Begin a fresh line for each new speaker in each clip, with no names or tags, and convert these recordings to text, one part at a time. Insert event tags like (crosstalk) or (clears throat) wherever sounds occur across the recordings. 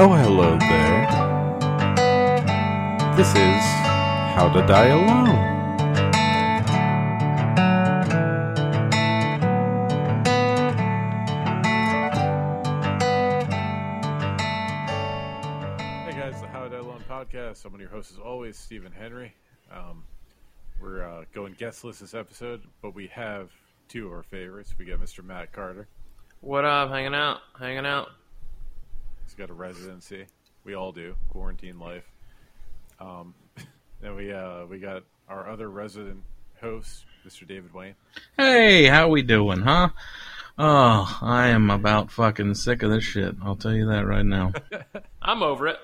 Oh, hello there. This is How to Die Alone.
Hey guys, the How to Die Alone podcast. I'm your host as always, Stephen Henry. Um, we're uh, going guestless this episode, but we have two of our favorites. We got Mr. Matt Carter.
What up? Hanging out, hanging out.
He's got a residency. We all do. Quarantine life. Um, (laughs) then we uh, we got our other resident host, Mr. David Wayne.
Hey, how we doing, huh? Oh, I am about fucking sick of this shit. I'll tell you that
(laughs)
right now.
I'm over it.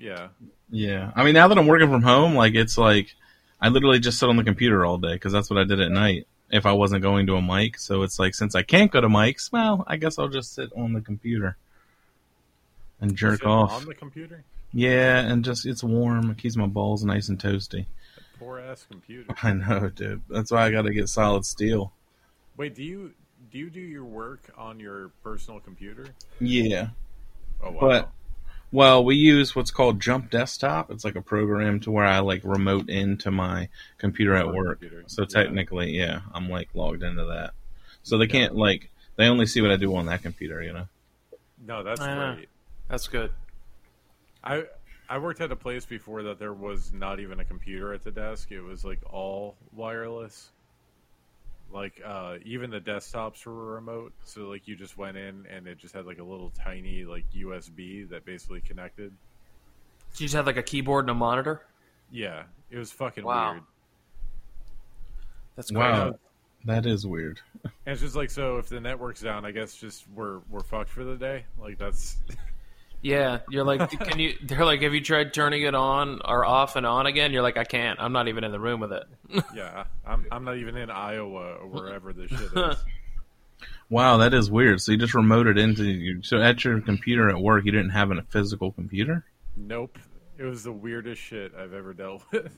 Yeah,
Yeah, I mean, now that I'm working from home, like it's like I literally just sit on the computer all day because that's what I did at night if I wasn't going to a mic. So it's like since I can't go to mics, well, I guess I'll just sit on the computer and jerk
Sitting
off.
on the computer.
yeah, and just it's warm. It keeps my balls nice and toasty. (laughs)
That poor ass computer.
I know, dude. That's why I got to get solid steel.
Wait, do you do you do your work on your personal computer?
Yeah.
Oh wow.
But well, we use what's called Jump Desktop. It's like a program to where I like remote into my computer at
Work
work.
computer.
So
Yeah.
technically, yeah, I'm like logged into that. So they can't like they only see what I do on that computer, you know.
no, that's
I know.
great.
That's good.
I I worked at a place before that there was not even a computer at the desk. It was like all wireless. Like uh, even the desktops were remote, so like you just went in and it just had like a little tiny like USB that basically connected.
You just have like a keyboard and a monitor.
Yeah, it was fucking
Wow.
weird.
That's great.
Wow, that is weird.
And it's just like so if the network's down, I guess just we're we're fucked for the day. Like that's (laughs)
Yeah, you're like, (laughs) can you? They're like, have you tried turning it on or off and on again? You're like, I can't. I'm not even in the room with it.
yeah. I'm I'm not even in Iowa or wherever this shit is.
Wow, that is weird. So you just remoted into your, so at your computer at work, you didn't have a physical computer.
nope. It was the weirdest shit I've ever dealt (laughs) with.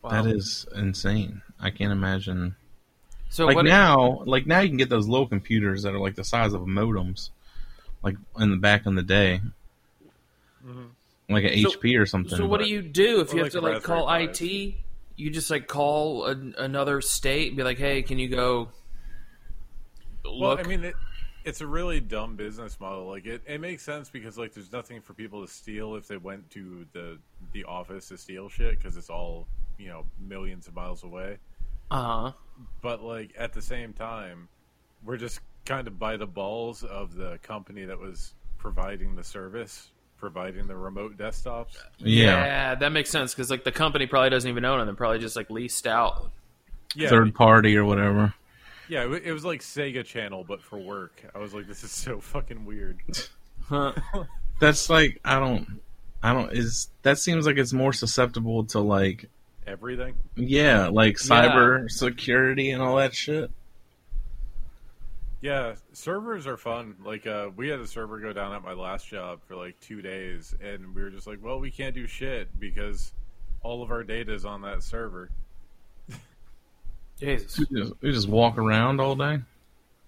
Wow.
That is insane. I can't imagine.
so.
like
what,
now, like now you can get those little computers that are like the size of modems, like in the back in the day, like an
Mm-hmm. So-
HP or something.
So what
but-
do you do if
Or
you
like
have to like
Raspberry
call
Pis.
IT? You just like call an another state and be like, hey, can you go? Look.
Well, I mean, it, it's a really dumb business model. Like, it, it makes sense because like there's nothing for people to steal if they went to the the office to steal shit because it's all you know millions of miles away.
uh huh.
But like at the same time, we're just kind of by the balls of the company that was providing the service, providing the remote desktops.
Yeah,
that makes sense because like the company probably doesn't even own it. They're probably just like leased out.
Yeah,
third party or whatever.
yeah. It, wa- it was like Sega Channel, but for work. I was like, this is so fucking weird.
Huh.
That's like I don't, I don't. Is that seems like it's more susceptible to like
Everything.
yeah, like
Yeah.
cyber security and all that shit.
Yeah, servers are fun. Like, uh, we had a server go down at my last job for like two days, and we were just like, well, we can't do shit because all of our data is on that server.
Jesus.
We just, we just walk around all day.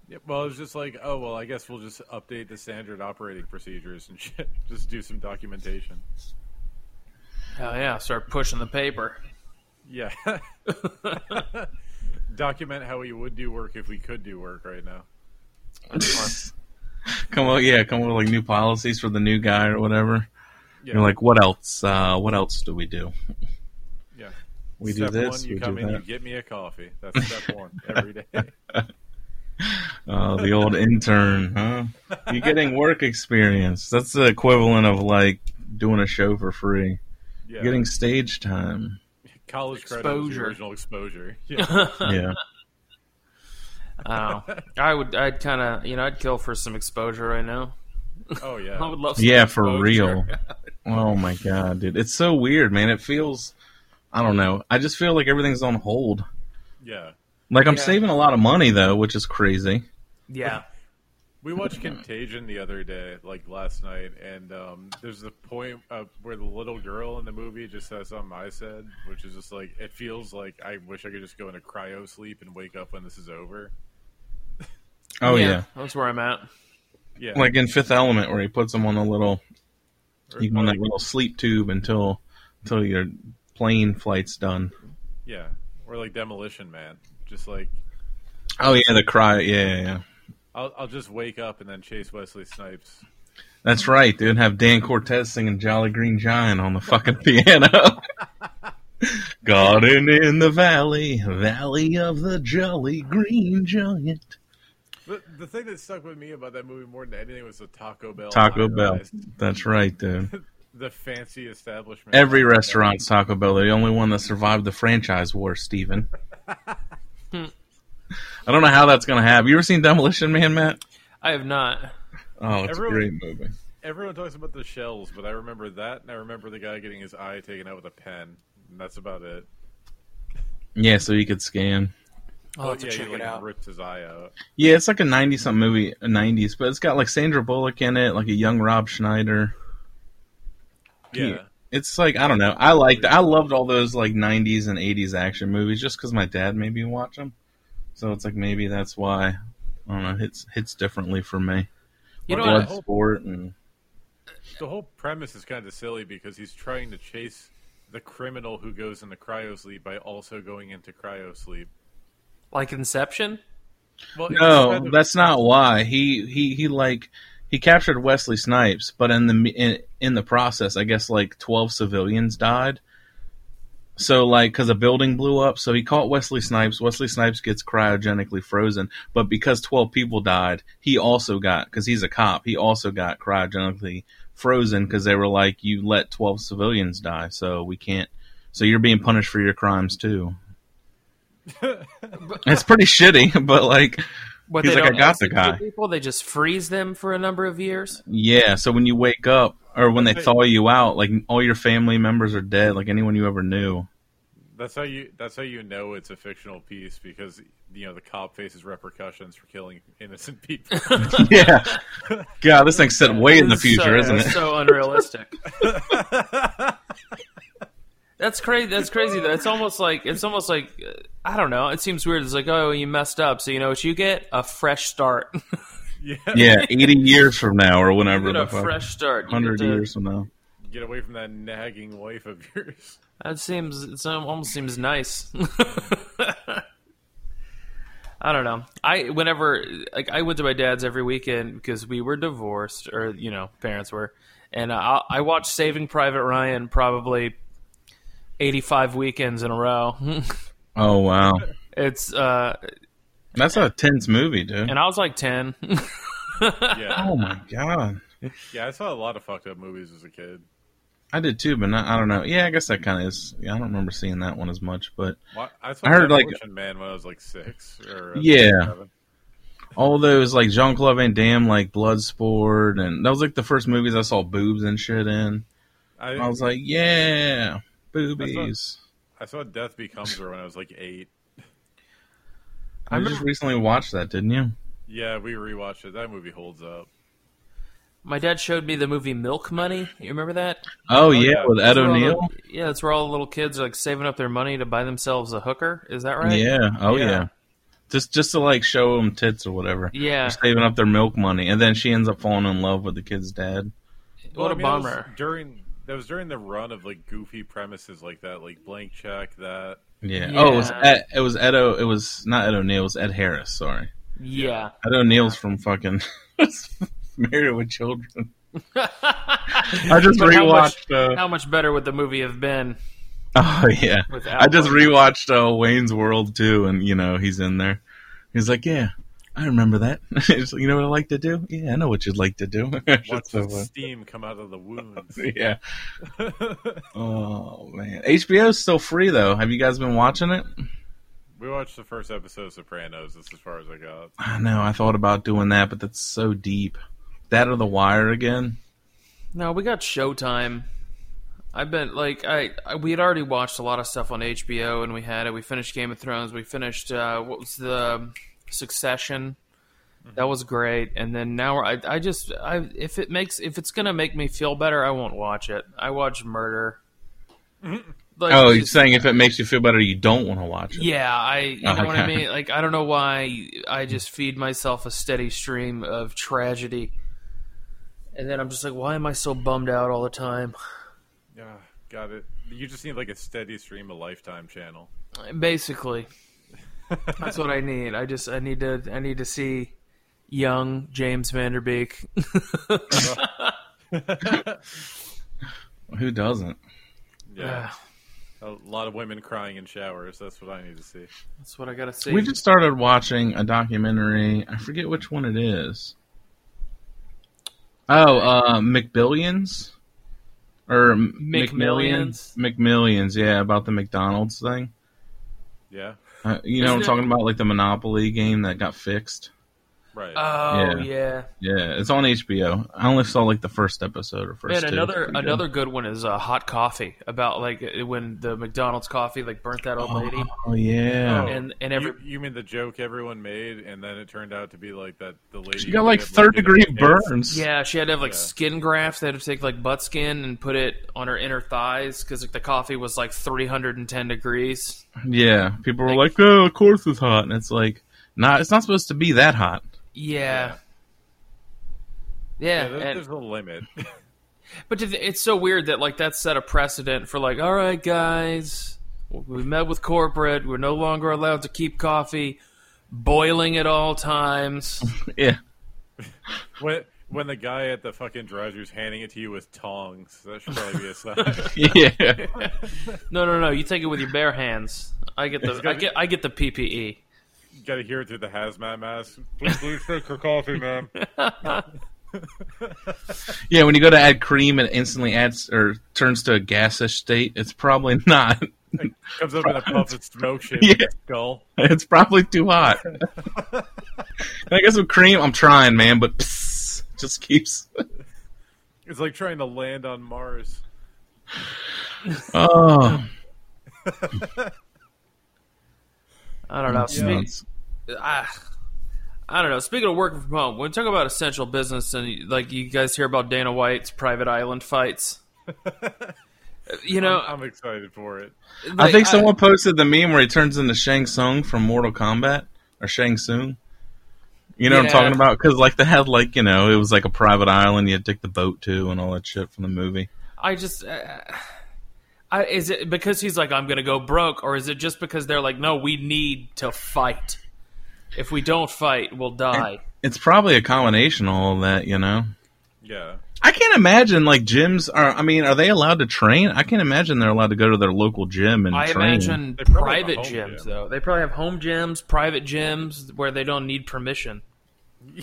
Yeah, well, it was just like, oh, well, I guess we'll just update the standard operating procedures and (laughs) shit. just do some documentation.
Hell yeah! Start pushing the paper.
Yeah. (laughs) Document how we would do work if we could do work right now.
(laughs) come on, yeah, come up with like new policies for the new guy or whatever.
Yeah.
You're like, what else? Uh, what else do we do?
yeah.
We
step
do this.
one, you
we
come
do
in,
that.
you get me a coffee. That's step
(laughs)
one every day. (laughs)
Oh, the old intern, huh? You're getting work experience. That's the equivalent of like doing a show for free,
Yeah.
getting
(laughs)
stage time.
college credit was the
Exposure.
original exposure. (laughs) Yeah.
(laughs)
Yeah,
Oh, I would. I'd kind of, you know, I'd kill for some exposure right now.
(laughs) Oh yeah.
I would love. Some
yeah, for
(laughs)
exposure.
real. Oh my god, dude, it's so weird, man. It feels, I don't know. I just feel like everything's on hold.
Yeah.
Like I'm
Yeah.
saving a lot of money though, which is crazy.
Yeah,
We watched Contagion the other day, like last night, and um, there's the point uh, where the little girl in the movie just says something I said, which is just like it feels like I wish I could just go into cryo sleep and wake up when this is over.
Oh yeah,
that's where I'm at.
Yeah.
like in Fifth Element, where he puts them on a little
Or-
you can on
or-
that little sleep tube until until your plane flight's done.
yeah. Or like Demolition Man. Just like
Oh yeah, the cry. Yeah, yeah, yeah.
I'll I'll just wake up and then chase Wesley Snipes.
That's right, dude. Have Dan Cortez singing "Jolly Green Giant" on the fucking (laughs) piano. Garden in the valley, valley of the jolly green giant.
But the thing that stuck with me about that movie more than anything was the Taco Bell.
Taco Bell.
high-rise.
Oh (laughs) That's right, dude.
The fancy establishment.
Every restaurant's Taco Bell. They're The only one that survived the franchise war, (laughs) Steven. I don't know how that's gonna happen. You ever seen Demolition Man, Matt?
I have not.
Oh, it's
Everyone-
a great movie.
Everyone talks about the shells, but I remember that, and I remember the guy getting his eye taken out with a pen, and that's about it.
Yeah, so you could scan.
I'll have to
yeah,
check
he,
it
like,
out.
Ripped his eye out.
Yeah, it's like a ninety something movie, nineties, but it's got like Sandra Bullock in it, like a young Rob Schneider.
Yeah,
Yeah. It's like I don't know. I liked. I loved all those like '90s and '80s action movies just because my dad made me watch them. So it's like maybe that's why. I don't know. Hits hits differently for me.
You know
Blood
what?
sport and
the whole premise is kind of silly because he's trying to chase the criminal who goes into cryo sleep by also going into cryo sleep.
Like Inception?
Well, it's kind
(laughs) no,
of-
that's not why. He he he like he captured Wesley Snipes, but in the in, in the process, I guess like twelve civilians died. So like, because a building blew up, so he caught Wesley Snipes. Wesley Snipes gets cryogenically frozen, but because twelve people died, he also got because he's a cop. He also got cryogenically frozen because they were like, "You let twelve civilians die, so we can't." So you're being punished for your crimes too. it's pretty shitty, (laughs) but like
What
He's
they
like,
don't
"I got the
execute
guy."
People, they just freeze them for a number of years.
Yeah, so when you wake up or when they
That's it.
thaw you out, like all your family members are dead, like anyone you
(laughs)
ever knew.
that's how you that's how you know it's a fictional piece because you know the cop faces repercussions for killing innocent people. (laughs)
yeah. God, this thing's set way in the
It's so-
future, isn't
it's
it?
So (laughs) unrealistic. That's crazy. That's crazy. Though it's almost like it's almost like uh, I don't know. It seems weird. It's like oh, you messed up, so you know what you get a fresh start. (laughs)
yeah,
Yeah, 80 years from now or whenever
you get
the
a
fuck.
fresh start. You get
100
to-
years from now.
get away from that nagging wife of (laughs) yours.
That seems it almost seems nice. (laughs) I don't know. I whenever like I went to my dad's every weekend because we were divorced, or you know, parents were, and I, I watched Saving Private Ryan probably eighty-five weekends in a row. (laughs)
Oh, wow.
it's uh,
That's a tense movie, dude.
and I was like ten. (laughs)
Yeah,
Oh, my God.
yeah, I saw a lot of fucked up movies as a kid.
I did too, but not, I don't know. Yeah, I guess that kind of is. Yeah, I don't remember seeing that one as much, but
Why- I, saw
I heard, like-
Demolition Man when I was like six or uh,
Yeah.
seven.
all those like Jean Claude Van Damme, like Bloodsport, and that was like the first movies I saw boobs and shit in.
I,
I was like, yeah, boobies.
I saw Death Becomes Her when I was like eight.
I just recently watched that, didn't you?
Yeah, we rewatched it. That movie holds up.
my dad showed me the movie Milk Money. You remember that?
Oh, yeah,
yeah.
with Ed
That's where all the-
O'Neill.
yeah, that's where all the little kids are like saving up their money to buy themselves a hooker. Is that right?
Yeah. Oh yeah.
Yeah.
Just just to like show them tits or whatever.
Yeah.
They're saving up their milk money, and then she ends up falling in love with the kid's dad.
What
I
a
mean, that was
bummer.
during that was during the run of like goofy premises like that, like Blank Check. That
Yeah. Oh, it was
Yeah.
Ed, it was Ed. O, it was not Ed O'Neill. It was Ed Harris. Sorry.
Yeah.
Ed O'Neill's from fucking (laughs) Married with Children. I just
But how much-
rewatched.
(laughs)
uh,
How much better would the movie have been?
(laughs) Oh yeah,
Without
I just
one.
rewatched uh, Wayne's World too, and you know he's in there. He's like, yeah, I remember that. (laughs) He's like, you know what I like to do? Yeah, I know what you'd like to do. (laughs) It's
watch
just so
the
fun.
steam come out of the
(laughs)
wounds. (laughs)
yeah. oh man, HBO's still free though. Have you guys been watching it?
we watched the first episode of Sopranos. That's as far as I got.
I know. I thought about doing that, but that's so deep. That or The Wire again.
No, we got Showtime. I've been like I, I we had already watched a lot of stuff on HBO and we had it. We finished Game of Thrones. We finished uh, what was the Succession. That was great. And then now we're- I I just I if it makes if it's gonna make me feel better, I won't watch it. I watch murder. Like,
Oh, you're
just-
saying if it makes you feel better, you don't want to watch it.
Yeah, I you know what I
Okay.
mean? Like I don't know why I just feed myself a steady stream of tragedy. And then I'm just like, why am I so bummed out all the time?
Yeah, got it. You just need like a steady stream of Lifetime channel.
Basically, that's what I need. I just I need to I need to see young James Vanderbeek. (laughs)
Who doesn't?
Ah,
Yeah, a lot of women crying in showers. That's what I need to see.
that's what I gotta see.
We just started watching a documentary. I forget which one it is. Oh, uh, McBillions or M-
McMillions?
McMillions. McMillions, yeah, about the McDonald's thing.
Yeah,
Uh, you
Isn't
know, what I'm
it-
talking about like the Monopoly game that got fixed.
right.
oh yeah,
Yeah.
yeah.
Yeah, it's on HBO. I only saw like the first episode or
man.
first. two.
Another
Pretty good.
another good one is uh, hot coffee about like uh, when the McDonald's coffee like burnt that old lady.
Oh yeah,
and- and every-
you, you mean the joke everyone made, and then it turned out to be like that the lady
she got
who
like
had
third degree
legitimate AIDS.
burns.
Yeah, she had to have like
Yeah.
skin grafts. They had to take like butt skin and put it on her inner thighs because like the coffee was like 310 degrees.
yeah. People were like, "Oh, of course it's hot," and it's like, "Nah, it's not supposed to be that hot." (laughs)
Yeah.
Yeah,
Yeah,
there's,
and-
there's a limit. (laughs)
but did- it's so weird that like that set a precedent for like, all right, guys, we met with corporate. We're no longer allowed to keep coffee boiling at all (laughs) times.
Yeah,
when when the guy at the fucking drive-thru's handing it to you with tongs, that should probably be a
(laughs)
sign.
yeah.
No, no, no. You take it with your bare hands. I get the I get I get the E. PPE.
you gotta hear it through the hazmat mask. Please, please fix your coffee,
(laughs)
man.
Yeah, when you go to add cream and it instantly adds or turns to a gaseous state, it's probably not. (laughs)
Comes up in a puff of smoke shit
Yeah.
your skull.
It's probably too hot. Can I guess with cream, I'm trying, man, but (laughs) psst, just keeps.
It's like trying to land on Mars.
Oh,
I don't know. Speak-
nuts.
I, Ah, I don't know. Speaking of working from home, when we talk about essential business, and like you guys hear about Dana White's private
(laughs)
island fights, you know,
I'm excited for it.
like,
I think someone posted the meme where he turns into Shang Tsung from Mortal Kombat or Shang Tsung. You know what
Yeah.
I'm talking about? Because like they had like you know it was like a private island you had to take the boat to and all that shit from the movie.
I just. Uh, I, is it because he's like I'm gonna go broke, or is it just because they're like, no, we need to fight. If we don't fight, we'll die.
It's probably a combination of all that, you know.
Yeah.
I can't imagine like gyms are. I mean, are they allowed to train? I can't imagine they're allowed to go to their local gym and
I
train.
imagine
They probably have a
private
home gym.
gyms though. They probably have home gyms, private gyms where they don't need permission.
You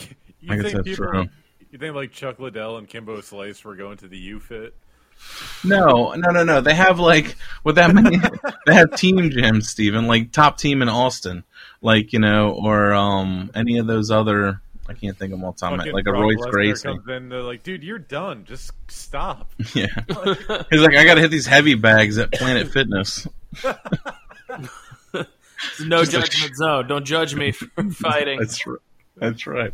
I guess
think
that's true.
You think like Chuck Liddell and Kimbo Slice were going to the U Fit?
No, no, no, no. They have like with that many. (laughs) they have team gyms, Steven, like top team in Austin, like you know, or um any of those other. I can't think of them all the time.
Fucking
Like a
Brock
Royce
Lesnar
Gracie.
comes in, they're like, dude, you're done. Just stop.
(laughs) Yeah,
(laughs)
he's like, I got to hit these heavy bags at Planet Fitness.
No judgment zone. Don't judge me for fighting.
That's r- that's right.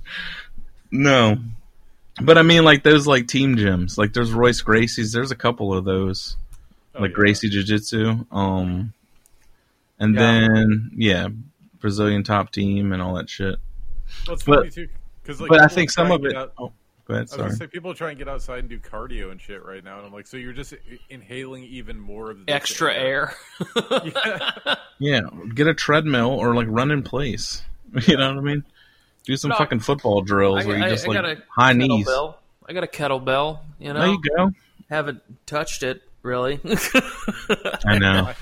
No, but I mean, like those like team gyms. Like there's Royce Gracie's. There's a couple of those,
Oh,
like
yeah.
Gracie Jiu Jitsu. Um, and
Yeah.
then yeah, Brazilian top team and all that shit.
Well, it's
But-
funny, too, 'cause, like,
but I
people
think
try
some
and
of
get
it.
out-
oh, go ahead.
I was
Sorry.
gonna say people try and get outside and do cardio and shit right now, and I'm like, so you're just i- inhaling even more of this (laughs)
Extra air.
yeah, get a treadmill or like run in place. (laughs) You know what I mean? Do some
No.
fucking football drills where you just like high knees.
kettlebell. I got a kettlebell. You know,
There you go.
haven't touched it really. (laughs)
I know.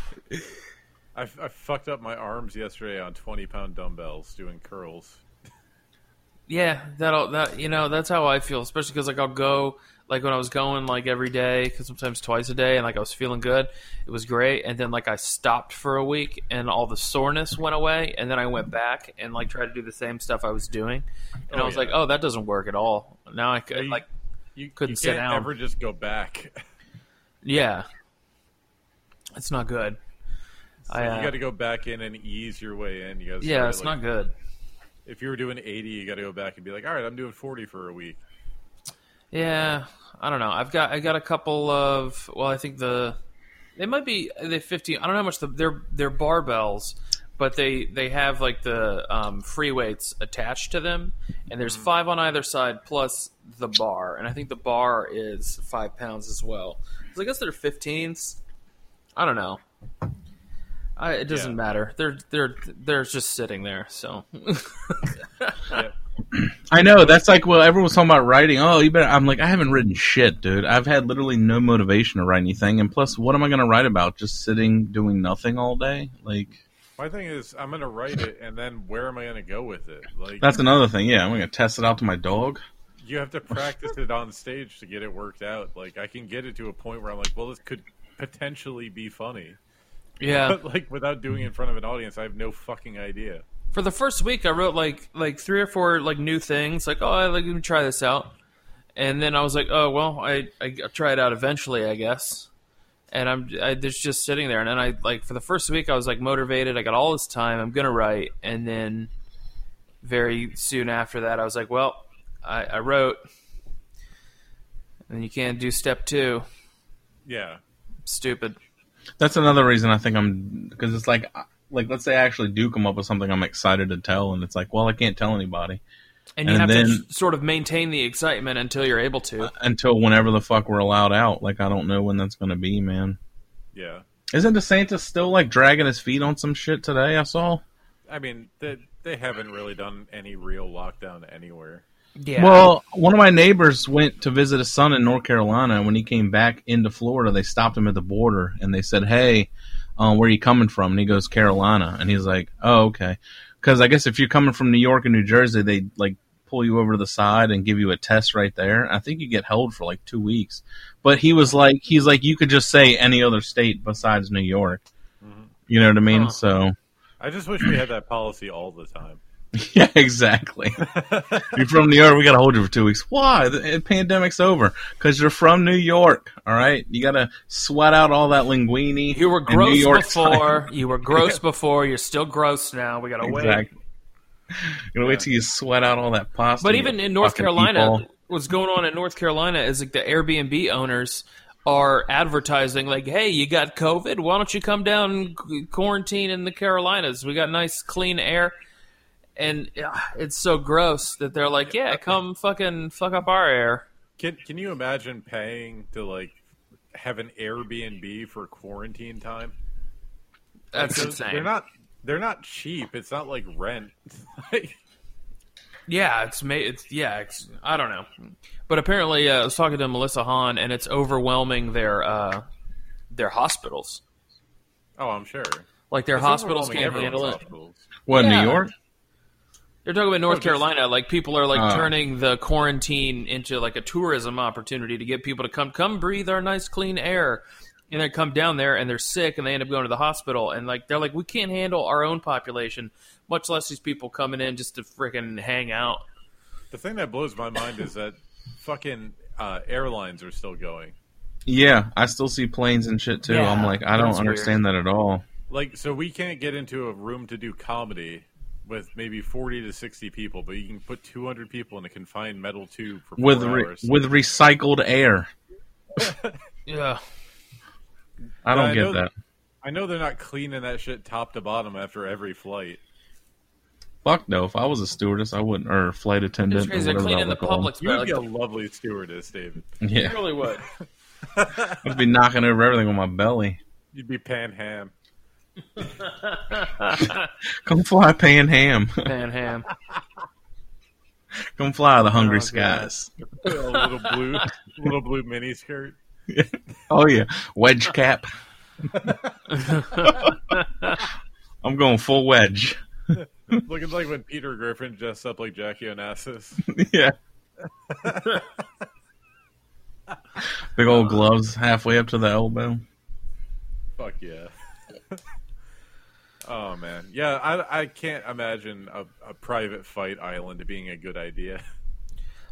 I, f- I fucked up my arms yesterday on 20 pound dumbbells doing curls.
yeah, that'll that you know that's how I feel, especially because like I'll go like when I was going like every day, because sometimes twice a day, and like I was feeling good, it was great, and then like I stopped for a week, and all the soreness went away, and then I went back and like tried to do the same stuff I was doing, and
Oh,
I was
yeah.
like, oh, that doesn't work at all. Now I could
you-
like
You
Couldn't
you
sit
can't
down.
Ever just go back. (laughs)
Yeah, it's not good. I, uh,
you got to go back in and ease your way in. You gotta
yeah,
start,
it's
like,
not good.
If you were doing 80, you got to go back and be like, all right, I'm doing 40 for a week.
Yeah, I don't know. I've got I got a couple of well, I think the they might be the fifteen. I don't know how much the, they're they're barbells, but they they have like the um, free weights attached to them, and there's five on either side plus the bar, and I think the bar is five pounds as well. So I guess they're 15s. I don't know. I, it doesn't
Yeah.
matter. They're they're they're just sitting there. So (laughs)
I know that's like well, everyone was talking about writing. Oh, you better. I'm like, I haven't written shit, dude. I've had literally no motivation to write anything, and plus, what am I going to write about? Just sitting doing nothing all day? Like
My thing is, I'm gonna write it, and then where am I gonna go with it? Like
that's another thing. Yeah, I'm going to test it out to my dog.
you have to practice it on stage to get it worked out. Like I can get it to a point where I'm like, well, this could potentially be funny, (laughs)
yeah,
but like without doing it in front of an audience, I have no fucking idea.
for the first week, I wrote like like three or four like new things. Like oh, I like let me try this out, and then I was like, oh well, I I I'll try it out eventually, I guess. And I'm I, it's just sitting there, and then I like for the first week, I was like motivated. I got all this time. I'm gonna write, and then very soon after that, I was like, well, I, I wrote, and you can't do step two.
Yeah,
Stupid.
That's another reason I think I'm because it's like like let's say I actually do come up with something I'm excited to tell, and it's like, well, I can't tell anybody
And you
And
have
then-
to sort of maintain the excitement until you're able to.
until whenever the fuck we're allowed out. Like I don't know when that's going to be, man.
yeah.
Isn't DeSantis still like dragging his feet on some shit today? I saw.
I mean, they they haven't really done any real lockdown anywhere.
Yeah.
Well, one of my neighbors went to visit his son in North Carolina, and when he came back into Florida, they stopped him at the border and they said, "Hey, um, where are you coming from?" And he goes, "Carolina," and he's like, "Oh, okay," because I guess if you're coming from New York and New Jersey, they like pull you over to the side and give you a test right there. I think you get held for like two weeks. But he was like, he's like, you could just say any other state besides New York. You know what I mean?
Huh.
So.
I just wish we had that policy all the time.
(laughs) Yeah,
(laughs)
exactly. you're from New York. We gotta hold you for two weeks. Why? The the pandemic's over because you're from New York. All right, you gotta sweat out all that linguine.
You were
and
gross
New York
before. You were
(laughs)
gross before. You're still gross now. We got to
Time.
wait.
Exactly. You know, wait till you sweat out all that pasta.
But
you
even in North
fucking
Carolina,
people.
what's going on in North Carolina is like the Airbnb owners are advertising like, "Hey, you got COVID? Why don't you come down and qu- quarantine in the Carolinas? We got nice clean air." And uh, it's so gross that they're like, "Yeah, come fucking fuck up our air."
Can Can you imagine paying to like have an Airbnb for quarantine time?
That's
Those-
insane.
They're not. They're not cheap. It's not like rent. (laughs) Like,
Yeah, it's made. It's yeah. It's, I don't know, but apparently, uh, I was talking to Melissa Hahn, and it's overwhelming their uh, their hospitals.
oh, I'm sure.
Like their
It's
hospitals
overwhelming
can't
everyone's
handle it.
hospitals.
what
Yeah.
New York?
They're talking about North
Oh, just-
Carolina. Like people are like
Ah.
turning the quarantine into like a tourism opportunity to get people to come come breathe our nice clean air, and they come down there and they're sick and they end up going to the hospital and like they're like we can't handle our own population, much less these people coming in just to freaking hang out.
The thing that blows my mind is that fucking uh, airlines are still going.
Yeah, I still see planes and shit too.
Yeah,
I'm like, I don't
that's weird.
understand that at all.
Like, so we can't get into a room to do comedy with maybe 40 to 60 people, but you can put 200 people in a confined metal tube for four
With re-
hours.
with recycled air,
Yeah.
I don't
I
get
know-
that.
I know they're not cleaning that shit top to bottom after every flight.
Fuck no. If I was a stewardess, I wouldn't, or flight attendant,
It's
or
crazy. They're
whatever
cleaning the
that would call 'em.
public's
You'd
but,
be
like,
a lovely stewardess, David.
Yeah,
Really would.
I'd be knocking over everything with my belly.
You'd be pan ham.
Come fly Pan Ham. (laughs)
Pan ham.
Come fly the hungry
Oh, God.
skies.
a little blue, (laughs) little blue mini skirt.
Oh yeah, wedge
(laughs)
cap. (laughs) I'm going full wedge. (laughs)
Looking like when Peter Griffin dressed up like Jackie Onassis.
(laughs)
yeah. Big old gloves halfway up to the elbow.
Fuck yeah. (laughs) oh man, yeah. I, I can't imagine a, a private fight island being a good idea.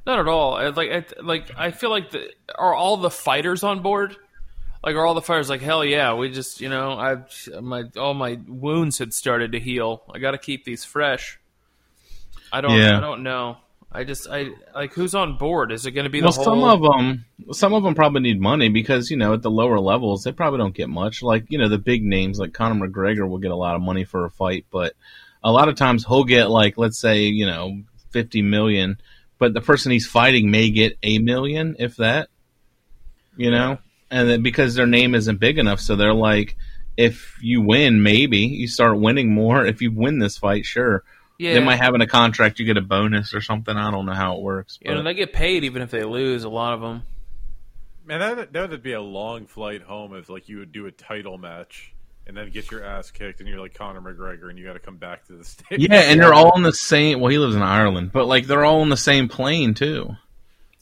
Not at all. I- Like, I, like I feel like the, are all the fighters on board? Like, are all the fighters like, hell yeah? We just, you know, I my all my wounds had started to heal. I got to keep these fresh. I don't,
Yeah.
I don't know. I just I like who's on board? Is it going to be the
Well,
whole?
some of them, some of them probably need money because you know at the lower levels they probably don't get much. Like you know the big names like Conor McGregor will get a lot of money for a fight, but a lot of times he'll get like let's say you know fifty million, but the person he's fighting may get a million if that, you know, and then because their name isn't big enough, so they're like, if you win, maybe you start winning more. If you win this fight, sure.
yeah,
They might have in a contract you get a bonus or something. I don't know how it works.
you know,
but-
they get paid even if they lose. A lot of them.
Man, that that would be a long flight home if like you would do a title match and then get your ass kicked and you're like Conor McGregor and you got to come back to the (laughs) stage.
(laughs)
Yeah, and they're all in the same. Well, he lives in Ireland, but like they're all in the same plane too.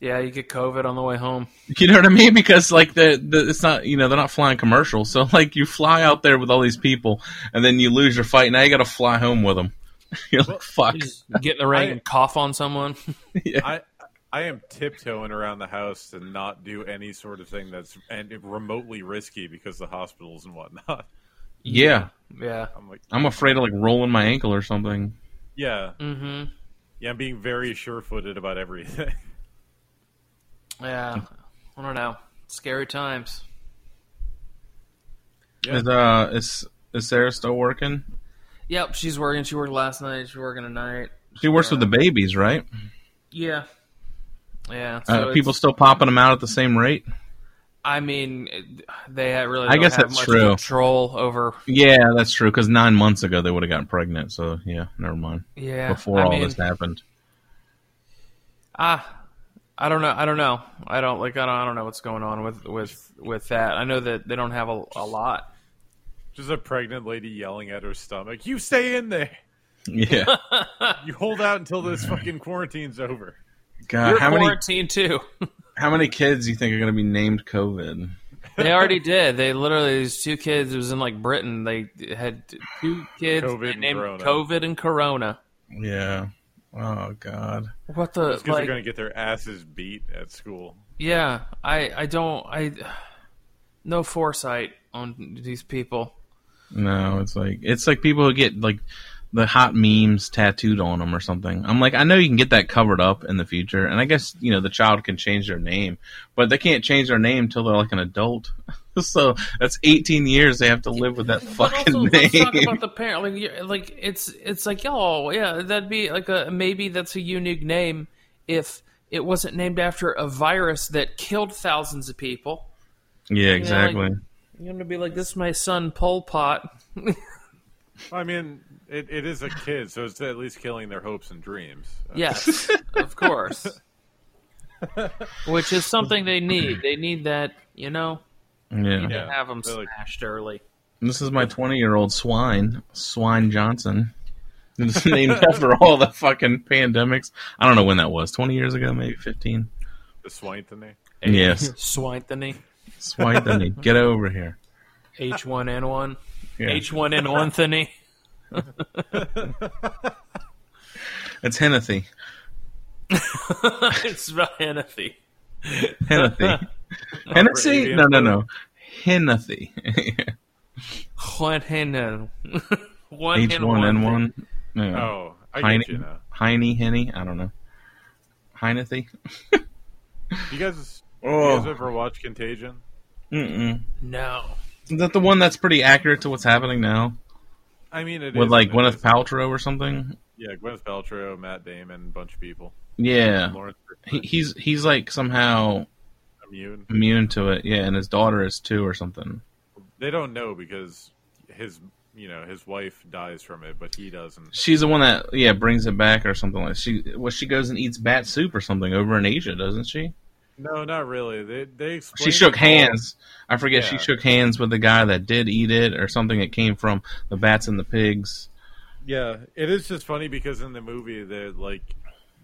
Yeah, you get COVID on the way home.
You know what I mean? (laughs) Because like the, the it's not you know they're not flying commercial, so like you fly out there with all these people, and then you lose your fight. Now you got to fly home with them. (laughs) You're like fuck.
You just get in the
(laughs)
ring
I-
and cough on someone. (laughs)
I I am tiptoeing around the house to not do any sort of thing that's and remotely risky because the hospitals and whatnot. (laughs)
Yeah,
yeah.
I'm like,
I'm afraid of like rolling my ankle or something.
yeah,
hmm
yeah. I'm being very sure-footed about everything. (laughs)
Yeah. I don't know. Scary times.
Yeah.
Is uh is is Sarah still working?
Yep, she's working. She worked last night. She's working tonight.
She works with
Uh,
the babies, right?
Yeah. Yeah.
Uh,
so
people
it's-
still popping them out at the same rate.
I mean, it- they ha- really.
I
Don't
guess
have
that's
much
true.
Control over.
Yeah, that's true. Because nine months ago they would have gotten pregnant. So yeah, never mind.
Yeah.
Before
I
all
mean,
this happened. (laughs)
Ah, I don't know. I don't know. I don't like. I don't, I don't know what's going on with with with that. I know that they don't have a, a lot.
Just a pregnant lady yelling at her stomach. You stay in there.
Yeah.
You hold out until this fucking quarantine's over.
God,
You're
Uh, how many
quarantined too. (laughs)
how many kids do you think are going to be named COVID?
they already did. They literally these two kids. It was in like Britain. They had two kids
COVID
they
and
named
Corona.
COVID and Corona.
Yeah. Oh God.
What the
Because
like?
they're gonna get their asses beat at school.
Yeah, I I don't I (sighs) no foresight on these people.
No, it's like it's like people who get like the hot memes tattooed on them or something. I'm like, I know you can get that covered up in the future, and I guess you know the child can change their name, but they can't change their name till they're like an adult. (laughs) so that's 18 years they have to live with that fucking
also,
name.
let's talk about the parent. Like, you're- like it's it's like oh yeah, that'd be like a maybe that's a unique name if it wasn't named after a virus that killed thousands of people.
(laughs) yeah, exactly.
You're gonna be like, this is my son Pol Pot.
I mean, it, it is a kid, so it's at least killing their hopes and dreams. Uh,
(laughs)
Yes, of course. Which is something they need. They need that, you know,
yeah.
to have them
They're like-
smashed early.
This is my 20 year old swine, Swine Johnson. (laughs) It's named after all the fucking pandemics. I don't know when that was. 20 years ago, maybe 15.
The swine
Yes.
Swinthony.
(laughs)
Swine Anthony, Get over here.
H1N1.
Yeah.
H1N1 thingy.
(laughs)
it's Hennessy.
(laughs) it's about E. Hennessy.
Hennessy. Hennessy?
Arabian
No, no, no. Hennessy.
One hen. E? (laughs) One hen- one
H1N1. Yeah.
(laughs) Oh, I
Heine,
get you now.
Heine, Henny. I don't know. Hennessy?
You guys, you guys
Oh.
ever watch Contagion?
Mm-mm.
thing. No.
Is that the one that's pretty accurate to what's happening now?
I mean, it
With
is-
like
it
Gwyneth
is-
Paltrow or something?
Yeah, Gwyneth Paltrow, Matt Damon, a bunch of people.
Yeah.
Lawrence
He, he's he's like somehow
immune.
immune to it. Yeah, and his daughter is too or something.
They don't know because his, you know, his wife dies from it, but he doesn't.
She's the one that yeah brings it back or something like she. Well, she goes and eats bat soup or something over in Asia, doesn't she?
No, not really. They they explain.
She shook hands. I forget she
Yeah.
shook hands with the guy that did eat it or something. It came from the bats and the pigs. (laughs)
Yeah, it is just funny because in the movie, they're like.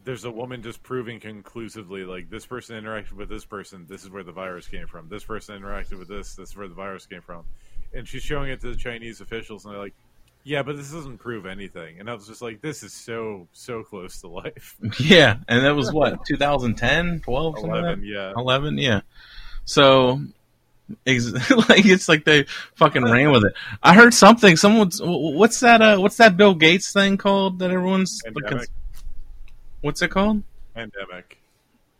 There's a woman just proving conclusively, like this person interacted with this person. This is where the virus came from. This person interacted with this. This is where the virus came from, and she's showing it to the Chinese officials, and they're like, "Yeah, but this doesn't prove anything." And I was just like, "This is so so close to life."
Yeah, and that was what 2010, 12, something like that?
Eleven, yeah.
11 yeah so ex- (laughs) like it's like they fucking ran with it i heard something someone's wh- what's that uh what's that bill gates thing called that everyone's
Pandemic.
what's it called
pandemic.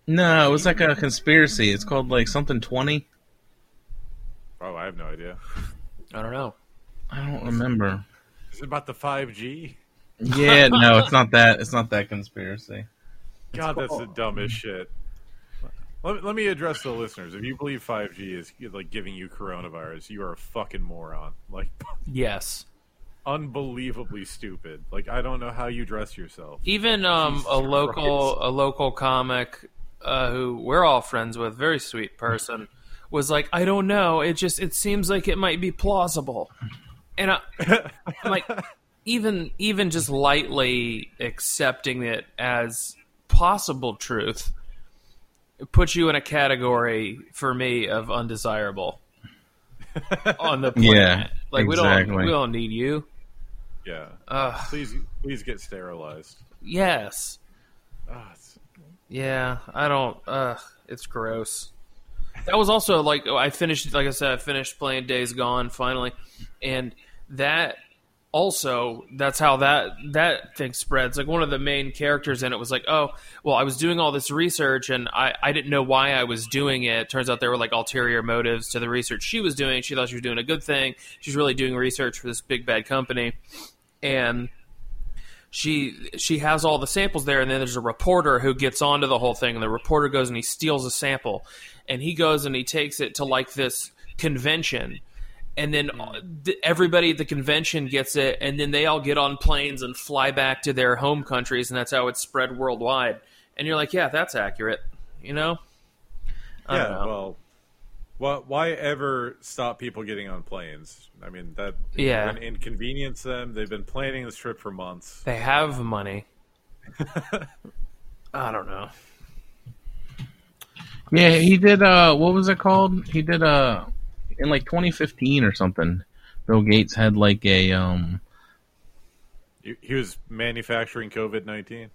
No, it was like a conspiracy. It's called like something twenty.
Oh, I have no idea.
I don't know.
I don't remember.
Is it about the five G?
Yeah, no, it's not that. It's not that conspiracy.
God, that's the dumbest shit. Let, let me address the listeners. If you believe 5G is like giving you coronavirus, you are a fucking moron. Like
Yes.
unbelievably stupid. Like I don't know how you dress yourself.
Even um,
Jesus
a local a local comic uh, who we're all friends with, very sweet person, was like, I don't know. It just it seems like it might be plausible, and I, I'm like, even even just lightly accepting it as possible truth it puts you in a category for me of undesirable on the planet.
Yeah,
like we don't
exactly.
we don't need you.
Yeah.
Ugh.
Please, please get sterilized.
Yes.
Ah, it's-
Yeah, I don't. Ugh, it's gross. That was also like oh, I finished, like I said, I finished playing Days Gone finally, and that also that's how that that thing spreads. Like one of the main characters in it was like, oh, well, I was doing all this research and I I didn't know why I was doing it. Turns out there were like ulterior motives to the research she was doing. She thought she was doing a good thing. She's really doing research for this big bad company, and she she has all the samples there, and then there's a reporter who gets onto the whole thing, and the reporter goes and he steals a sample, and he goes and he takes it to like this convention, and then uh, th- everybody at the convention gets it, and then they all get on planes and fly back to their home countries, and that's how it's spread worldwide. And you're like, yeah, that's accurate, you know? I don't
yeah.
know.
Well, why, why ever stop people getting on planes? I mean, that
Yeah.
would inconvenience them. They've been planning this trip for months.
They have money. (laughs) I don't know.
Yeah, he did. Uh, what was it called? He did uh, in like 2015 or something. Bill Gates had like a um.
He, he was manufacturing COVID nineteen.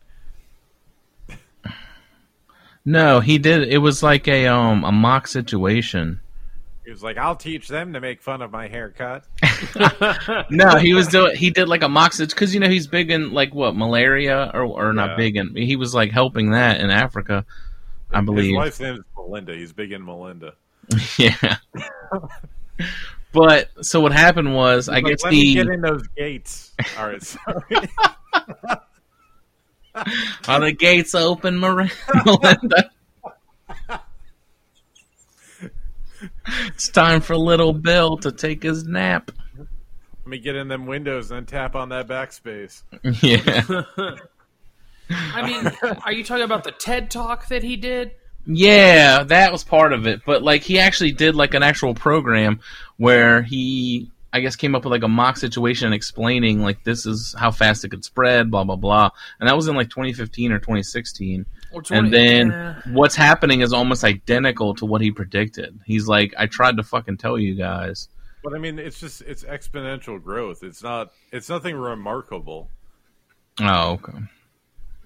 No, he did. It was like a um a mock situation.
He was like, "I'll teach them to make fun of my haircut."
No, he was doing. He did like a mock situation because you know he's big in like what malaria or or
Yeah.
not big in. He was like helping that in Africa, I
His
believe.
wife's name is Melinda. He's big in Melinda.
(laughs) Yeah. but so what happened was, I
Like,
guess
let me
he.
get in those gates. (laughs) All right, sorry.
Are the gates open, (laughs) Mir-
(laughs)
Melinda? it's time for little Bill to take his nap. (laughs)
let me get in them windows and then tap on that backspace.
Yeah.
I mean, are you talking about the TED talk that he did?
Yeah, that was part of it. But like he actually did like an actual program where he I guess came up with like a mock situation explaining like this is how fast it could spread, blah blah blah. And that was in like 2015 or 2016.
Or eh. 20,
And then
Yeah.
what's happening is almost identical to what he predicted. He's like I tried to fucking tell you guys.
But I mean, it's just it's exponential growth. It's not it's nothing remarkable.
Oh, okay.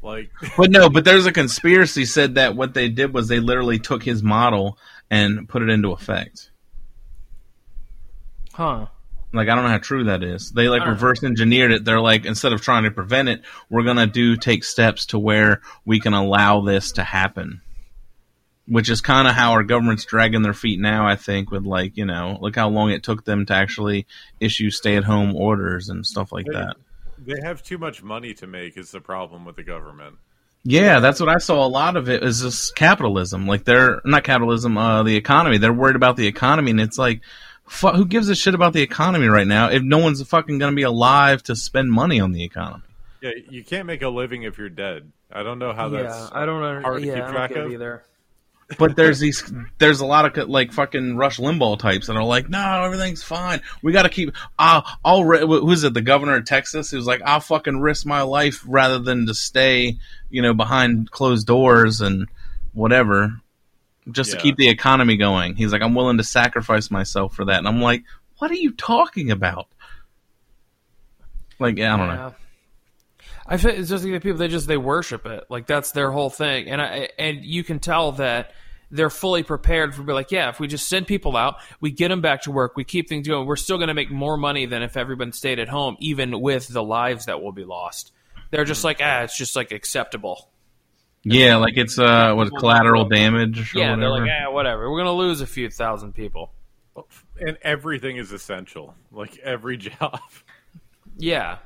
Like (laughs)
But no, but there's a conspiracy said that what they did was they literally took his model and put it into effect.
huh?
Like I don't know how true that is. They like
I don't
reverse engineered it. They're like instead of trying to prevent it, we're gonna do take steps to where we can allow this to happen. Which is kind of how our government's dragging their feet now. I think with like you know look how long it took them to actually issue stay at home orders and stuff like
They-
that.
they have too much money to make is the problem with the government.
Yeah, that's what I saw. A lot of it is just capitalism. Like they're not capitalism, uh, the economy. They're worried about the economy, and it's like, fu- who gives a shit about the economy right now if no one's fucking gonna be alive to spend money on the economy?
Yeah, you can't make a living if you're dead. I don't know how
yeah,
that's
I don't
hard to
understand.
keep
Yeah, I don't
track
get it
of.
either.
But there's these, there's a lot of like fucking Rush Limbaugh types that are like, no, everything's fine. We got to keep. Ah, I'll. Ri- who's it? The governor of Texas who's like, I'll fucking risk my life rather than to stay, you know, behind closed doors and whatever, just
Yeah.
to keep the economy going. He's like, I'm willing to sacrifice myself for that, and I'm like, what are you talking about? Like, yeah, I don't know.
Yeah. I feel it's just like the people they just they worship it like that's their whole thing, and I and you can tell that they're fully prepared for be like yeah if we just send people out we get them back to work we keep things going we're still going to make more money than if everyone stayed at home even with the lives that will be lost they're just like ah it's just like acceptable
Yeah, like it's uh, what collateral damage or
yeah,
whatever.
they're like, yeah, whatever. We're gonna lose a few thousand people.
And everything is essential. Like every (laughs) job.
Yeah,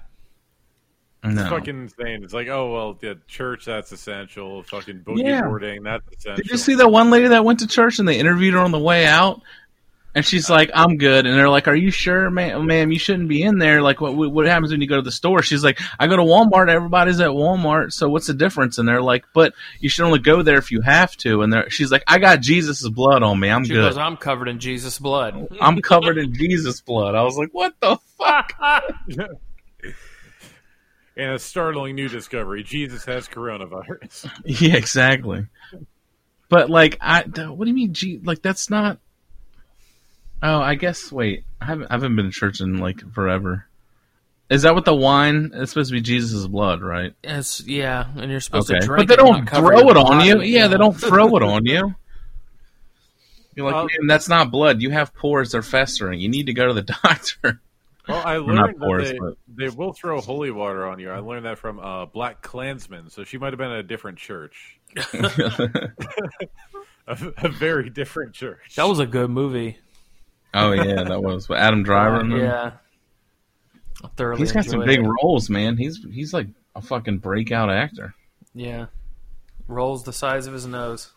It's
no.
fucking insane. It's like, oh well, yeah, church that's essential. Fucking boogie
Yeah.
boarding that's essential.
Did you see that one lady that went to church and they interviewed her on the way out? And she's like, "I'm good." And they're like, "Are you sure, ma'am? Ma'am, you shouldn't be in there. Like, what what happens when you go to the store?" She's like, "I go to Walmart. Everybody's at Walmart. So what's the difference?" And they're like, "But you should only go there if you have to." And they're, she's like, "I got Jesus' blood on me. I'm
she
good.
goes, I'm covered in Jesus' blood.
I'm covered in Jesus' blood." I was like, "What the
(laughs)
fuck?"
and a startling new discovery: Jesus has coronavirus.
(laughs) Yeah, exactly. But like, I th- what do you mean? G- like that's not. Oh, I guess. Wait, I haven't I haven't been to church in like forever. Is that what the wine? It's supposed to be Jesus' blood, right?
It's, yeah, and you're supposed
Okay,
to
but
drink.
they
it,
don't
not cover
throw
your
it on
body.
you. Yeah, they don't throw it
(laughs)
on you. You're like,
Well-
man, that's not blood. You have pores; they're festering. You need to go to the (laughs)
(laughs)
doctor.
Well, I
not
learned
porous,
that they,
but-
they will throw holy water on you. I learned that from uh, Black Klansman. So she might have been at a different church, (laughs) a, a very different church.
That was a good movie.
oh yeah, that was what Adam Driver. remember?
yeah, I thoroughly.
he's got some
enjoyed
big
it.
roles, man. He's he's like a fucking breakout actor.
Yeah, rolls the size of his nose.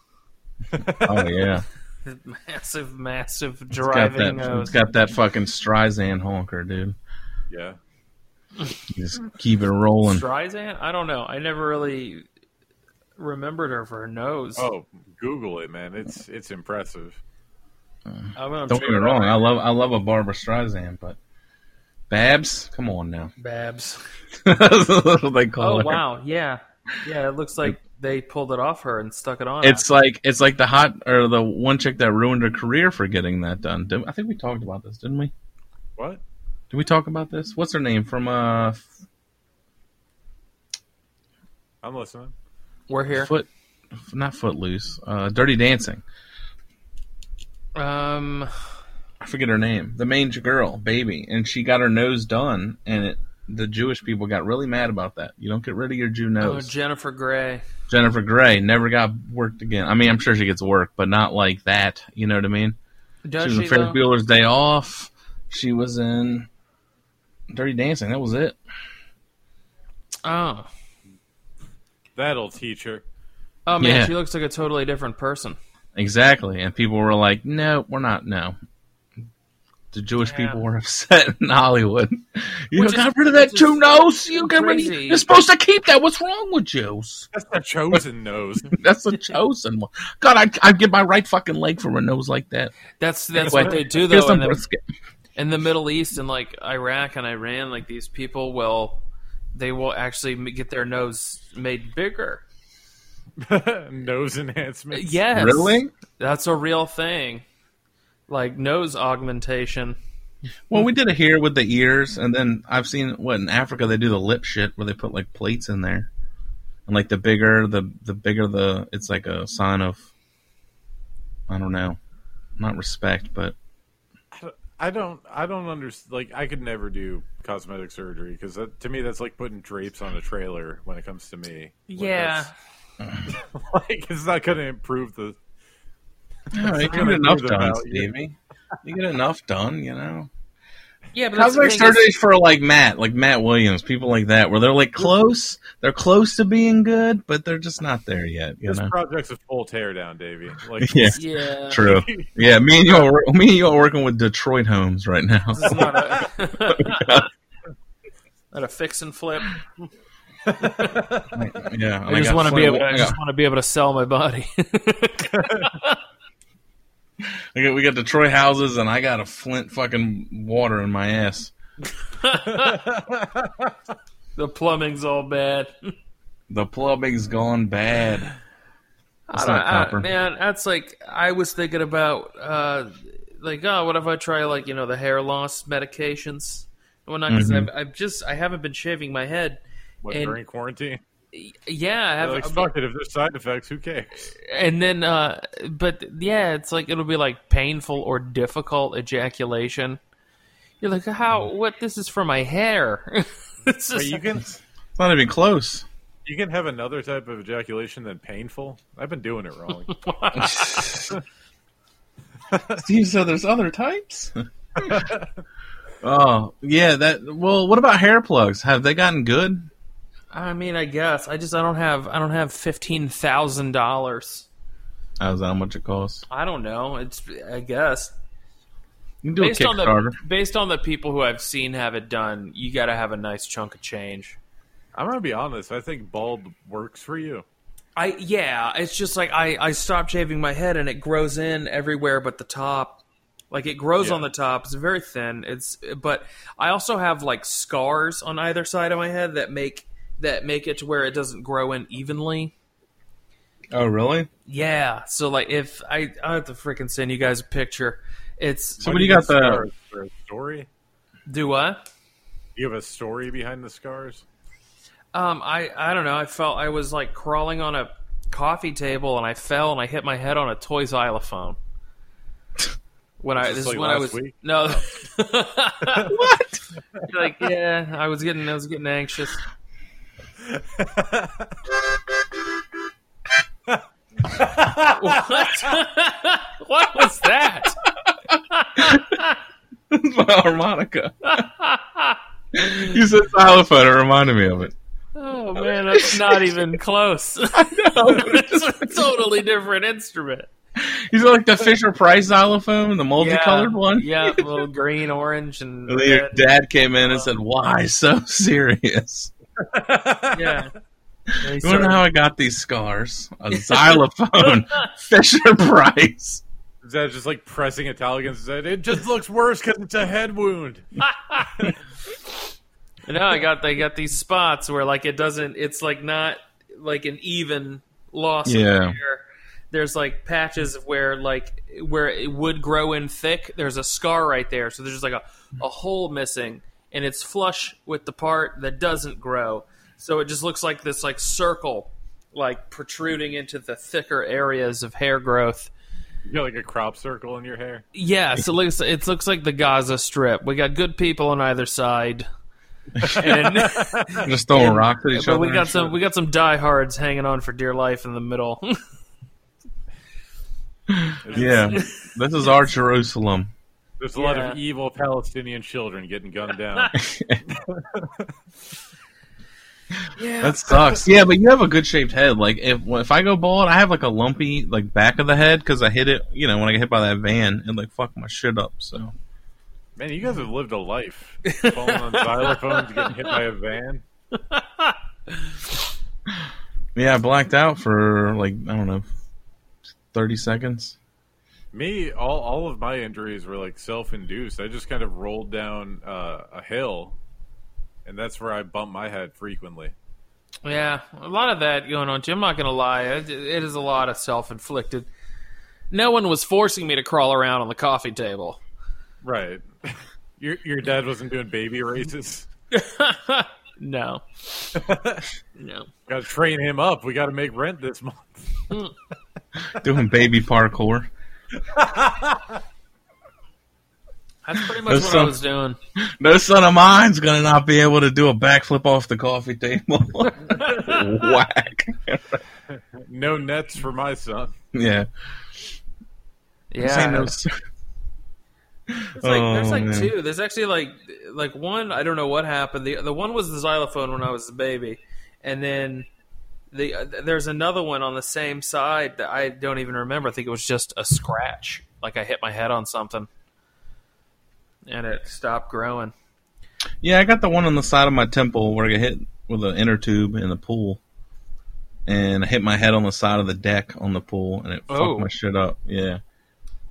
(laughs)
Oh yeah.
Massive, massive
It's got
driving uh,
that.
nose.
It's got that fucking Streisand honker, dude.
yeah.
You just keep it rolling.
Streisand? I don't know. I never really remembered her for her nose.
Oh, Google it, man. It's it's impressive.
I'm gonna check
Don't get me
it
wrong.
out.
I love I love a Barbara Streisand, but Babs, come on now. (laughs)
Babs.
That's what they call
Oh
her.
wow, yeah, yeah. It looks like they pulled it off her and stuck it on.
It's like it's like the hot or the one chick that ruined her career for getting that done. Did, I think we talked about this, didn't we?
What?
Did we talk about this? What's her name from uh
I'm listening.
We're here.
Foot? Not Footloose. Uh, Dirty Dancing.
Um,
I forget her name. The main girl, baby, and she got her nose done, and it, the Jewish people got really mad about that. You don't get rid of your Jew
oh,
nose.
Jennifer Grey.
Jennifer Grey never got worked again. I mean, I'm sure she gets work, but not like that. You know what I mean? she
Does
was
she?
in Ferris
though?
Bueller's Day Off. She was in Dirty Dancing. That was it.
Oh,
That'll teach her.
oh man,
Yeah.
she looks like a totally different person.
Exactly. And people were like, "No, we're not. No." The Jewish
Yeah.
people were (laughs) upset in Hollywood. You
Which
got
is-
rid of
which
that
is
Jew nose. You got rid.
crazy.
You're supposed to keep that. What's wrong with Jews?
That's the chosen nose.
That's (laughs) a chosen one. God, I, I'd give my right fucking leg for a nose like that.
That's that's
Anyway,
what they do
Here's
though.
some
In the,
brisket.
in the Middle East and like Iraq and Iran, like these people will, they will actually m- get their nose made bigger.
(laughs) nose enhancement.
Yes,
Really?
That's a real thing. Like nose augmentation.
Well, we did it here with the ears, and then I've seen what in Africa they do the lip shit where they put like plates in there, and like the bigger the the bigger the it's like a sign of I don't know, not respect, but
I don't. I don't understand. Like, I could never do cosmetic surgery because to me, that's like putting drapes on a trailer. When it comes to me, Like,
Yeah.
that's- (laughs) like it's not going to improve the.
no, you get
really
enough
good
done,
about you.
Stevie. You get enough done, you know.
Yeah, but that's the
Cosmetic
thing, it's-
surgery is for like Matt, like Matt Williams, people like that, where they're like close, they're close to being good, but they're just not there yet. You
This
know,
project's a full teardown, Davey. Like,
(laughs) Yeah.
Yeah.
true. Yeah, me and you are wor- me and you are working with Detroit homes right
(laughs)
now. (laughs)
This is not a, (laughs) not a fix and flip.
Oh (laughs) Yeah,
I just want to be able. To, I just want to be able to sell my body. (laughs)
We got, we got Detroit houses, and I got a Flint fucking water in my ass.
the plumbing's all bad.
The plumbing's gone bad. It's
I
not
don't- I-
copper.
man, that's like I was thinking about. Uh, like, oh, what if I try like you know the hair loss medications and whatnot? Because
Mm-hmm.
I've, I've just I haven't been shaving my head.
what
And-
during quarantine?
Yeah, I
They're
haven't.
Like, fuck it. If there's side effects, who
(laughs)
cares?
and then uh but yeah it's like it'll be like painful or difficult ejaculation you're like
Mm-hmm.
how what this is for my hair (laughs) This
But
is-
you can
(laughs)
It's not even close.
you you can have another type of ejaculation than painful. I've been doing it
(laughs)
wrong.
Steve said there's other types. (laughs) oh yeah, that. Well, what about hair plugs? Have they gotten good?
I mean, I guess I just I don't have I don't have fifteen thousand dollars.
How's how much it costs?
I don't know. It's I guess
You can do
based
a
on the
Kickstarter.
based on the people who I've seen have it done, you got to have a nice chunk of change.
I'm gonna be honest. I think bald works for you.
I yeah, it's just like I I stopped shaving my head and it grows in everywhere but the top. Like it grows
Yeah.
on the top. It's very thin. It's but I also have like scars on either side of my head that make that make it to where it doesn't grow in evenly.
oh (laughs) really?
Yeah. So like if I I have to freaking send you guys a picture. It's
So what do you got
the
the?
for a story?
do what?
You have a story behind the
(laughs)
scars.
Um, I I don't know. I felt I was like crawling on a coffee table and I fell and I hit my head on a
(laughs)
toy xylophone. When I
Just
this
like
is when I
last
was
week? Oh.
no (laughs) what like yeah I was getting I was getting
(laughs)
anxious. (laughs) what? (laughs) what was that?
my harmonica. (laughs) you said xylophone. It reminded me of it.
Oh man, that's not even close. (laughs) it's a totally different instrument.
You said like the Fisher Price xylophone, the multicolored one.
Yeah, little green, orange, and
And then your
red.
dad came in and said, "Why so (laughs) serious?
yeah. They
You wonder
sort
how I got these scars? A xylophone, Fisher
(laughs)
Price."
Is that just like pressing Italians? Is that it just looks worse because it's a head wound?
of- (laughs) no, I got they got these spots where like it doesn't. It's like not like an even loss. of
Yeah.
hair. There's like patches of where like where it would grow in thick. There's a scar right there, so there's just like a a hole missing, and it's flush with the part that doesn't grow. So it just looks like this like circle, like protruding into the thicker areas of hair growth.
You got like a crop circle in your hair.
Yes, it looks it looks like the Gaza Strip. We got good people on either side,
(laughs)
and
Just throwing rocks at each
but
other.
we
and
got
shit.
some we got some diehards hanging on for dear life in the middle. (laughs) (laughs)
Yeah, this is our Jerusalem.
There's a lot of
Yeah.
evil Palestinian children getting gunned down.
yeah,
That sucks. Yeah, but you have a good shaped head. Like if if I go bald, I have like a lumpy like back of the head because I hit it. You know when I get hit by that van and like fuck my shit up. So
Man, you guys have lived a life. Falling on xylophones, getting hit by a van.
yeah, I blacked out for like I don't know, thirty seconds.
Me, all all of my injuries were like self induced. I just kind of rolled down uh, a hill, and that's where I bump my head frequently.
yeah, a lot of that going on too. I'm not gonna lie, it, it is a lot of self inflicted. No one was forcing me to crawl around on the coffee (laughs) table.
Right. (laughs) Your your dad wasn't doing baby races.
(laughs) No, no.
Got to train him up. We got to make rent this month.
Doing baby parkour.
That's pretty much what
There's
I
some-
was doing.
No son of mine's gonna not be able to do a backflip off the coffee table. (laughs) Whack.
No nets for my son.
yeah. This
Yeah,
ain't no s-
It's like, there's
Oh,
like
man.
two. There's actually like like one. I don't know what happened. The the one was the xylophone when I was a baby, and then the uh, there's another one on the same side that I don't even remember. I think it was just a scratch. Like I hit my head on something, and it stopped growing.
Yeah, I got the one on the side of my temple where I got hit with an inner tube in the pool, and I hit my head on the side of the deck on the pool, and it
Oh.
fucked my shit up. Yeah,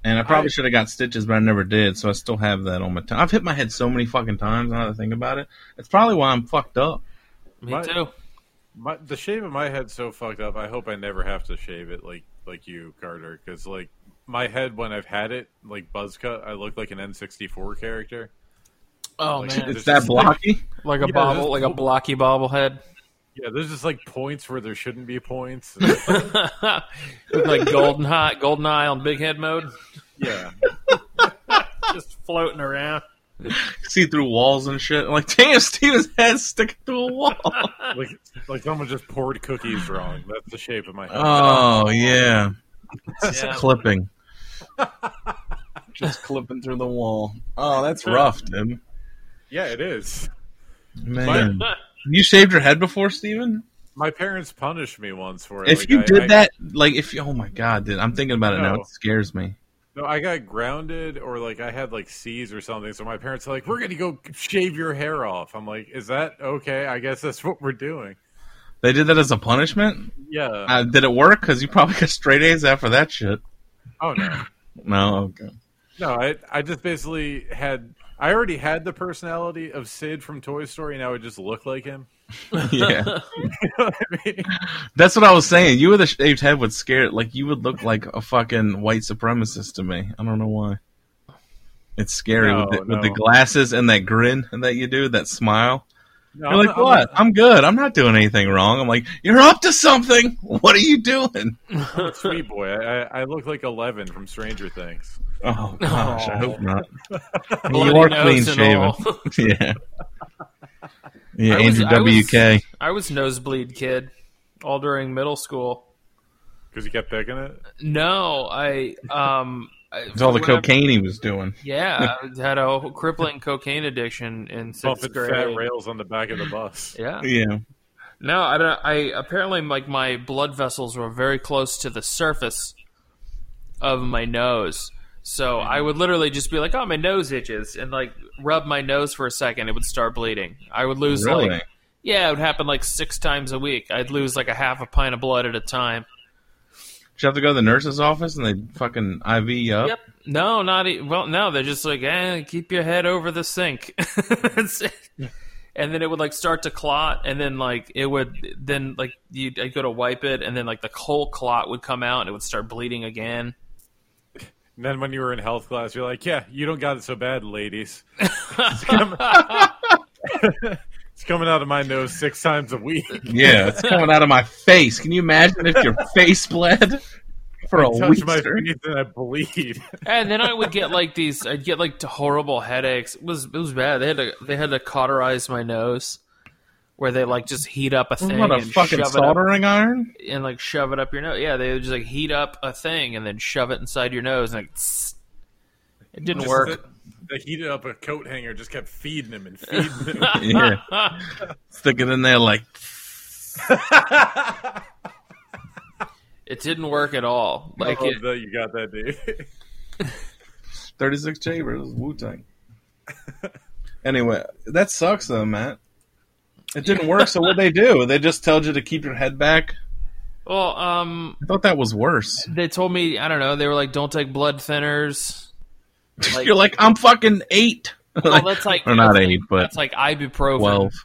and I probably should have got stitches, but I never did, so I still have that on my. T- I've hit my head so many fucking times. Now that I think about it, it's probably why I'm fucked up.
Me
Right.
too.
My, the shave of my head's so fucked up. I hope I never have to shave it like like you, Carter. Because like my head, when I've had it like buzz cut, I look like an N64 character.
Oh
Like,
man, (laughs)
there's
It's that
just, like-
blocky. (laughs)
like a
Yeah,
bobble,
this-
like a blocky (laughs) bobblehead.
Yeah, there's just like points where there shouldn't be
(laughs)
points.
Look like golden hot, golden eye on big head mode,
yeah,
just floating around.
see through walls and shit. I'm like, damn, Steven's head's sticking through a wall.
Like, like someone just poured cookies wrong. That's the shape of my head.
oh yeah,
(laughs)
just
Yeah.
clipping, just clipping through the wall. Oh, that's rough, dude.
yeah, it is.
Man,
(laughs)
you shaved your head before, Steven?
My parents punished me once for it.
If
Like,
you
I-
did
I-
that, like, if you, oh my god, dude, I'm thinking about it now.
No.
It scares me.
No, I got grounded, or like I had like C's or something. So my parents are like, "We're gonna go shave your hair off." I'm like, "Is that okay? I guess that's what we're doing."
They did that as a punishment.
Yeah.
Uh, did it work? Because you probably got straight A's after that shit.
oh no,
No, okay.
no. I I just basically had. I already had the personality of Sid from Toy Story. Now I just look like him. (laughs)
yeah.
You know what I mean?
That's what I was saying. You with a shaved head would scare like you would look like a fucking white supremacist to me. I don't know why. It's scary
No,
with, the, with the
no.
glasses and that grin that you do, that smile.
No,
you're
I'm
like,
not- I'm
what?
not-
I'm, good. I'm not doing anything wrong. I'm like, you're up to something. What are you doing?
I'm a sweet boy. I, I- I look like Eleven from Stranger Things.
Oh gosh, I
(laughs)
hope not.
Bloody
you are clean
nose and
shaven.
all.
(laughs) yeah. Yeah,
(laughs) I was-
Andrew
I was-
WK.
I was nosebleed kid all during middle school.
Because you kept picking it.
No, I um, I,
It's all the
whenever-
cocaine he
(laughs)
was doing.
Yeah, I had a whole crippling cocaine addiction in sixth
Bumping fat
grade.
rails on the back of the bus.
Yeah,
Yeah.
no, I don't. I apparently like my blood vessels were very close to the surface of my nose, so I would literally just be like, "Oh, my nose itches," and like rub my nose for a second, it would start bleeding. I would lose
Really?
like yeah, it would happen like six times a week. I'd lose like a half a pint of blood at a time.
Did you have to go to the nurse's office and they fucking IV you up?
Yep. No, not e- well. No, they're just like, eh, keep your head over the sink, (laughs) That's it. and then it would like start to clot, and then like it would then like you I'd go to wipe it, and then like the whole clot would come out, and it would start bleeding again.
And then when you were in health class, you're like, yeah, you don't got it so bad,
(laughs)
ladies. it's coming out of my nose six times a week.
Yeah, it's coming out of my face. Can you imagine if
(laughs)
your face bled for a
Touch
week?
my
straight?
face and I bleed.
And then I would get like these, I'd get like horrible headaches. It was it was bad. They had to they had to cauterize my nose, where they like just heat up a thing
What a
and
fucking
shove it up (laughs)
soldering iron!
and like shove it up your nose. Yeah, they would just like heat up a thing and then shove it inside your nose and like, tss. it didn't
(laughs) Just
work.
The, the heated up a coat hanger just kept feeding
(laughs)
him and feeding him.
Yeah, stick it in there like
It didn't work at all.
I
Like
love
(laughs)
it,
that you got that, Dave.
thirty-six chambers Wu (laughs) Tang. Anyway, that sucks though, Matt. It didn't work. So what they do? They just told you to keep your head back.
well, um,
I thought that was worse.
they told me I don't know. They were like, don't take blood
(laughs)
thinners. (laughs) Like-
You're like, I'm fucking eight.
Well, that's like
or not
that's
eight,
like,
but
that's like ibuprofen.
twelve.
(laughs)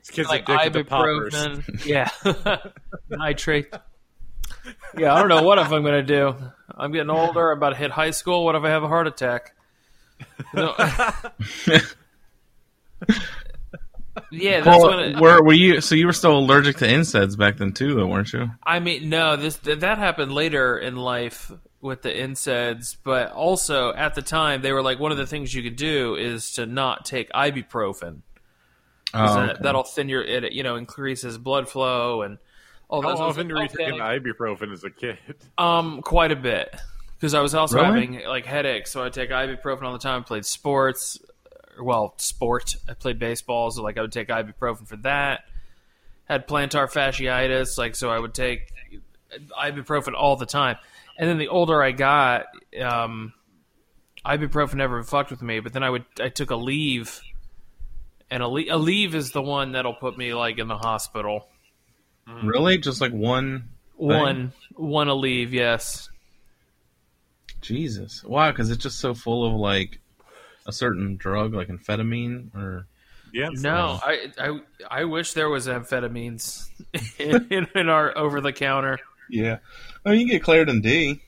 This kid's
like
addicted to poppers. (laughs)
ibuprofen. Yeah, (laughs) nitrate. Yeah, I don't know what if I'm gonna do. I'm getting older. I'm about to hit high school. What if I have a heart attack? No. (laughs) yeah, that's
Well,
when it,
were, were you? So you were still allergic to insects back then too, though, weren't you?
I mean, no, this th- that happened later in life with the NSAIDs, but also at the time they were like one of the things you could do is to not take ibuprofen. 'Cause
Oh,
that,
okay.
That'll thin your it, you know increases blood flow and all
How
those. I was
often
like,
were you taking
okay.
ibuprofen as a kid? (laughs)
Um, quite a bit because I was also
Really?
having like headaches, so I take ibuprofen all the time. Played sports, well, sport. I played baseball, so like I would take ibuprofen for that. Had plantar fasciitis, like so I would take ibuprofen all the time. And then the older I got, um, ibuprofen never fucked with me. But then I would I took a leave, and a, le- a leave is the one that'll put me like in the hospital.
Um, Really? Just like one?
One one a leave, yes.
Jesus. Wow, because it's just so full of like a certain drug, like amphetamine or.
Yeah.
No, I, I I wish there was amphetamines (laughs) in, in, our over the counter.
Yeah. I mean, you can get Claritin D.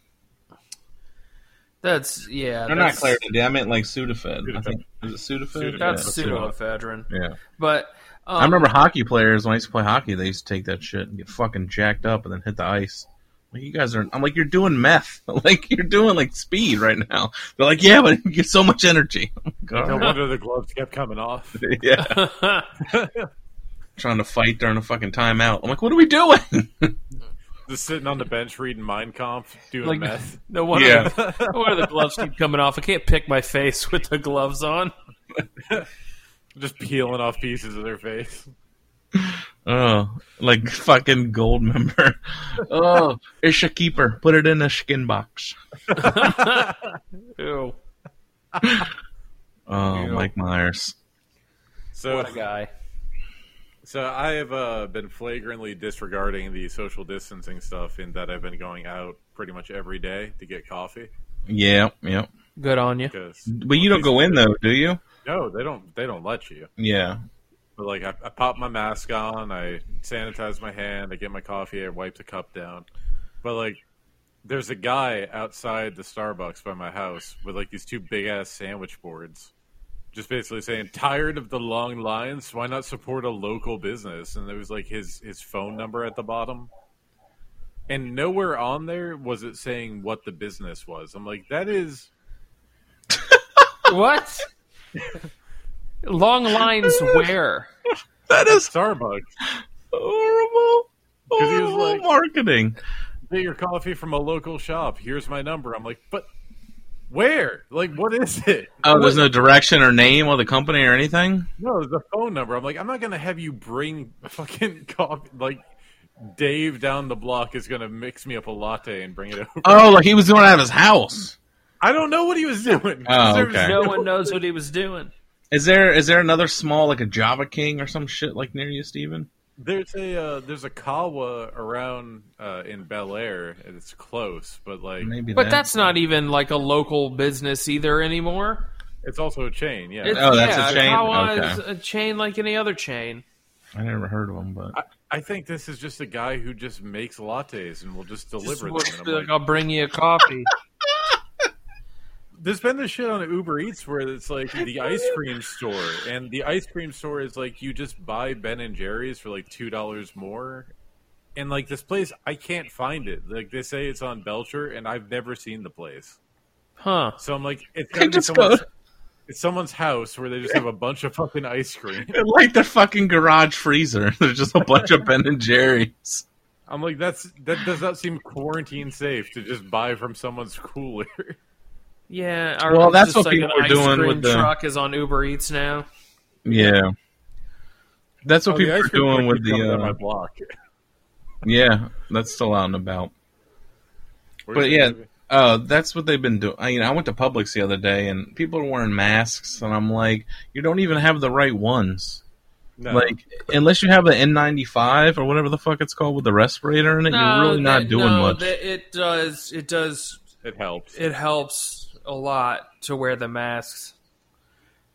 That's yeah.
They're not
that's,
Claritin D. I meant like Sudafed. I think. Is it
Sudafed.
Sudafed?
That's
yeah,
pseudoephedrine.
Yeah.
But um,
I remember hockey players when I used to play hockey. They used to take that shit and get fucking jacked up and then hit the ice. Like, you guys are. I'm like, you're doing meth. (laughs) Like you're doing like speed right now. They're like, yeah, but you get so much energy. (laughs) I'm like, "All
No
right."
wonder the gloves kept coming off.
yeah.
um,
Trying to fight during a fucking timeout. I'm like, what are we doing? (laughs)
Just sitting on the bench reading Mein Kampf, doing
Like-
meth.
(laughs) no wonder,
Yeah.
(laughs) no wonder the gloves keep coming off. I can't pick my face with the gloves on.
Just peeling off pieces of their face.
(laughs) Oh, like fucking gold member. (laughs) Oh, it's a keeper. Put it in a skin box.
Ew,
Oh,
Ew.
Mike Myers.
So
what a guy.
So I have uh, been flagrantly disregarding the social distancing stuff in that I've been going out pretty much every day to get coffee.
Yeah, yeah.
Good on you.
Because
But you don't go in though, do you?
No, they don't. They don't let you.
Yeah.
But like, I, I pop my mask on, I sanitize my hand, I get my coffee, I wipe the cup down. But like, there's a guy outside the Starbucks by my house with like these two big ass sandwich boards, just basically saying, "Tired of the long lines? Why not support a local business?" And there was like his his phone number at the bottom. And nowhere on there was it saying what the business was. I'm like, that is
What? Long
(laughs)
lines where?
That is
Starbucks.
horrible.
'Cause he was
Horrible
like-
marketing.
get your coffee from a local shop. Here's my number. I'm like, but where? Like, what is it?
Oh, there's no direction or name of the company or anything?
No, the phone number. I'm like, I'm not gonna have you bring fucking (laughs) coffee. Like, Dave down the block is gonna mix me up a latte and bring it over. (laughs)
Oh, like he was doing it out of his house.
I don't know what he was doing.
Oh,
There was
okay.
No one knows what he was doing.
Is there is there another small like a Java King or some shit like near you, Steven?
There's a uh, there's a Kawa around uh, in Bel Air. and It's close, but like
Maybe
But
that-
that's not even like a local business either anymore.
it's also a chain. Yeah,
It's,
Oh, that's a
yeah,
chain?
Kawa
Okay.
is a chain like any other chain.
I never heard of him, but
I think this is just a guy who just makes lattes and will just
Just
deliver
works
them. And I'm
to be
like,
like, I'll bring you a coffee.
There's been this shit on Uber Eats where it's like
(laughs)
the ice cream store, and the ice cream store is like you just buy Ben and Jerry's for like two dollars more, and like this place I can't find it. Like they say it's on Belcher, and I've never seen the place.
(laughs) Huh.
So I'm like, it's
(laughs) I
gotta be
just
someone's,
go
it's someone's house where they just have a bunch of fucking ice cream. (laughs)
like their fucking garage freezer. (laughs) There's just a bunch of Ben and Jerry's.
I'm like, that's that does not seem quarantine safe to just buy from someone's cooler. (laughs)
Yeah. Or
Well,
it's
that's
just
what
like
people
an
are
ice
doing
cream
with the-
truck is on Uber Eats now.
Yeah, that's what
Oh, the
people
ice
are
cream
doing
truck
with
keeps coming
the.
down my
Uh,
block. (laughs)
yeah, that's still out and about.
Where's
But
it
yeah,
gonna be?
uh, that's what they've been doing. I, you know, I went to Publix the other day, and people are wearing masks, and I'm like, you don't even have the right ones.
No.
Like, unless you have the N95 or whatever the fuck it's called with the respirator in it, you're really not
that-
doing
no,
much.
that- it does. It does.
it helps.
It helps a lot to wear the masks.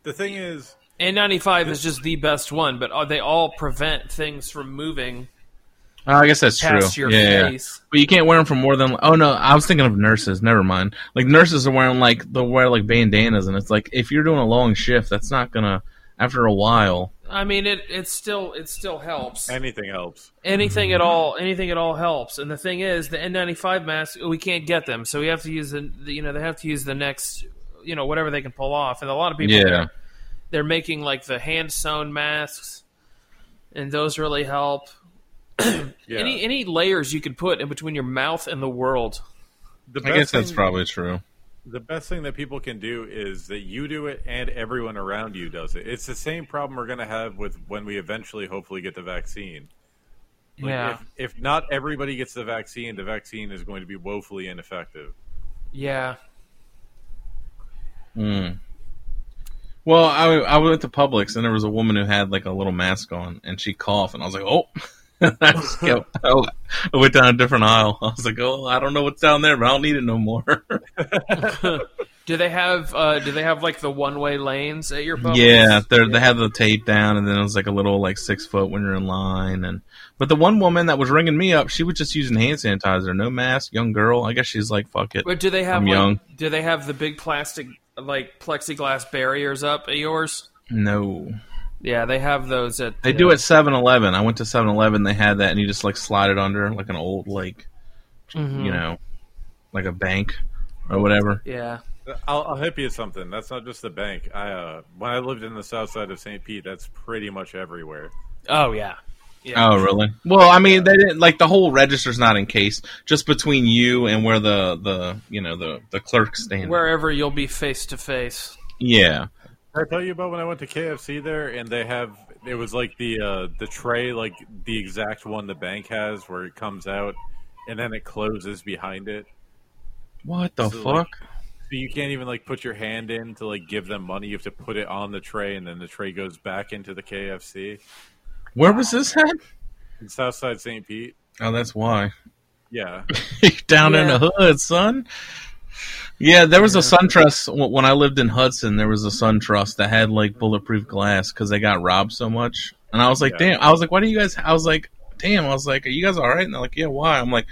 the thing is.
N95 is just the best one, but uh, they all prevent things from moving
Oh, I guess that's true.
past your
Yeah, yeah, yeah.
face.
But you can't wear them for more than. Oh no, I was thinking of nurses. Never mind. Like nurses are wearing like they'll wear like bandanas, and it's like if you're doing a long shift, that's not gonna. After a while,
I mean, it it still it still helps.
Anything helps.
anything at all, anything at all helps. And the thing is, the N95 masks we can't get them, so we have to use the the- you know they have to use the next you know whatever they can pull off. And a lot of people
yeah,
they're making like the hand sewn masks, and those really help.
Yeah.
Any any layers you could put in between your mouth and the world.
the
I guess
best
that's
thing-
probably true.
the best thing that people can do is that you do it and everyone around you does it. It's the same problem we're going to have with when we eventually hopefully get the vaccine. Like,
yeah,
If, if not everybody gets the vaccine, the vaccine is going to be woefully ineffective.
yeah.
Mm. Well, I I went to Publix and there was a woman who had like a little mask on, and she coughed, and I was like, oh. (laughs) I just kept. Oh, I went down a different aisle. I was like, "Oh, I don't know what's down there, but I don't need it no more."
Do they have uh, do they have like the one way lanes at your Publix?
Yeah, they they had the tape down, and then it was like a little like six foot when you're in line. And but the one woman that was ringing me up, she was just using hand sanitizer, no mask, young girl. I guess she's like, fuck it.
But do they have
I'm
like,
young.
do they have the big plastic like plexiglass barriers up at yours?
No,
Yeah, they have those at
they do at Seven Eleven. I went to Seven Eleven, they had that, and you just like slide it under like an old like
Mhm.
you know, like a bank or whatever.
Yeah.
I'll, I'll hit you with something. That's not just the bank. I uh, when I lived in the south side of St. Pete, that's pretty much everywhere.
Oh yeah. Yeah.
Oh, really? Well, I mean, they didn't like the whole register's not encased, just between you and where the the you know the the clerk stand.
Wherever you'll be face to face.
Yeah,
Did I tell you about when I went to KFC there, and they have it was like the uh, the tray, like the exact one the bank has, where it comes out and then it closes behind it.
What the
So, like-
fuck?
So you can't even like put your hand in to like give them money. You have to put it on the tray, and then the tray goes back into the KFC
Where was this at?
in Southside St. Pete.
Oh, that's why.
Yeah,
(laughs) Down in
Yeah.
the hood, son. Yeah, there was a SunTrust wh- when I lived in Hudson. There was a SunTrust that had like bulletproof glass because they got robbed so much. And I was like,
Yeah.
damn. I was like, why do you guys? I was like, damn. I was like, are you guys all right? And they're like, yeah. Why? I'm like,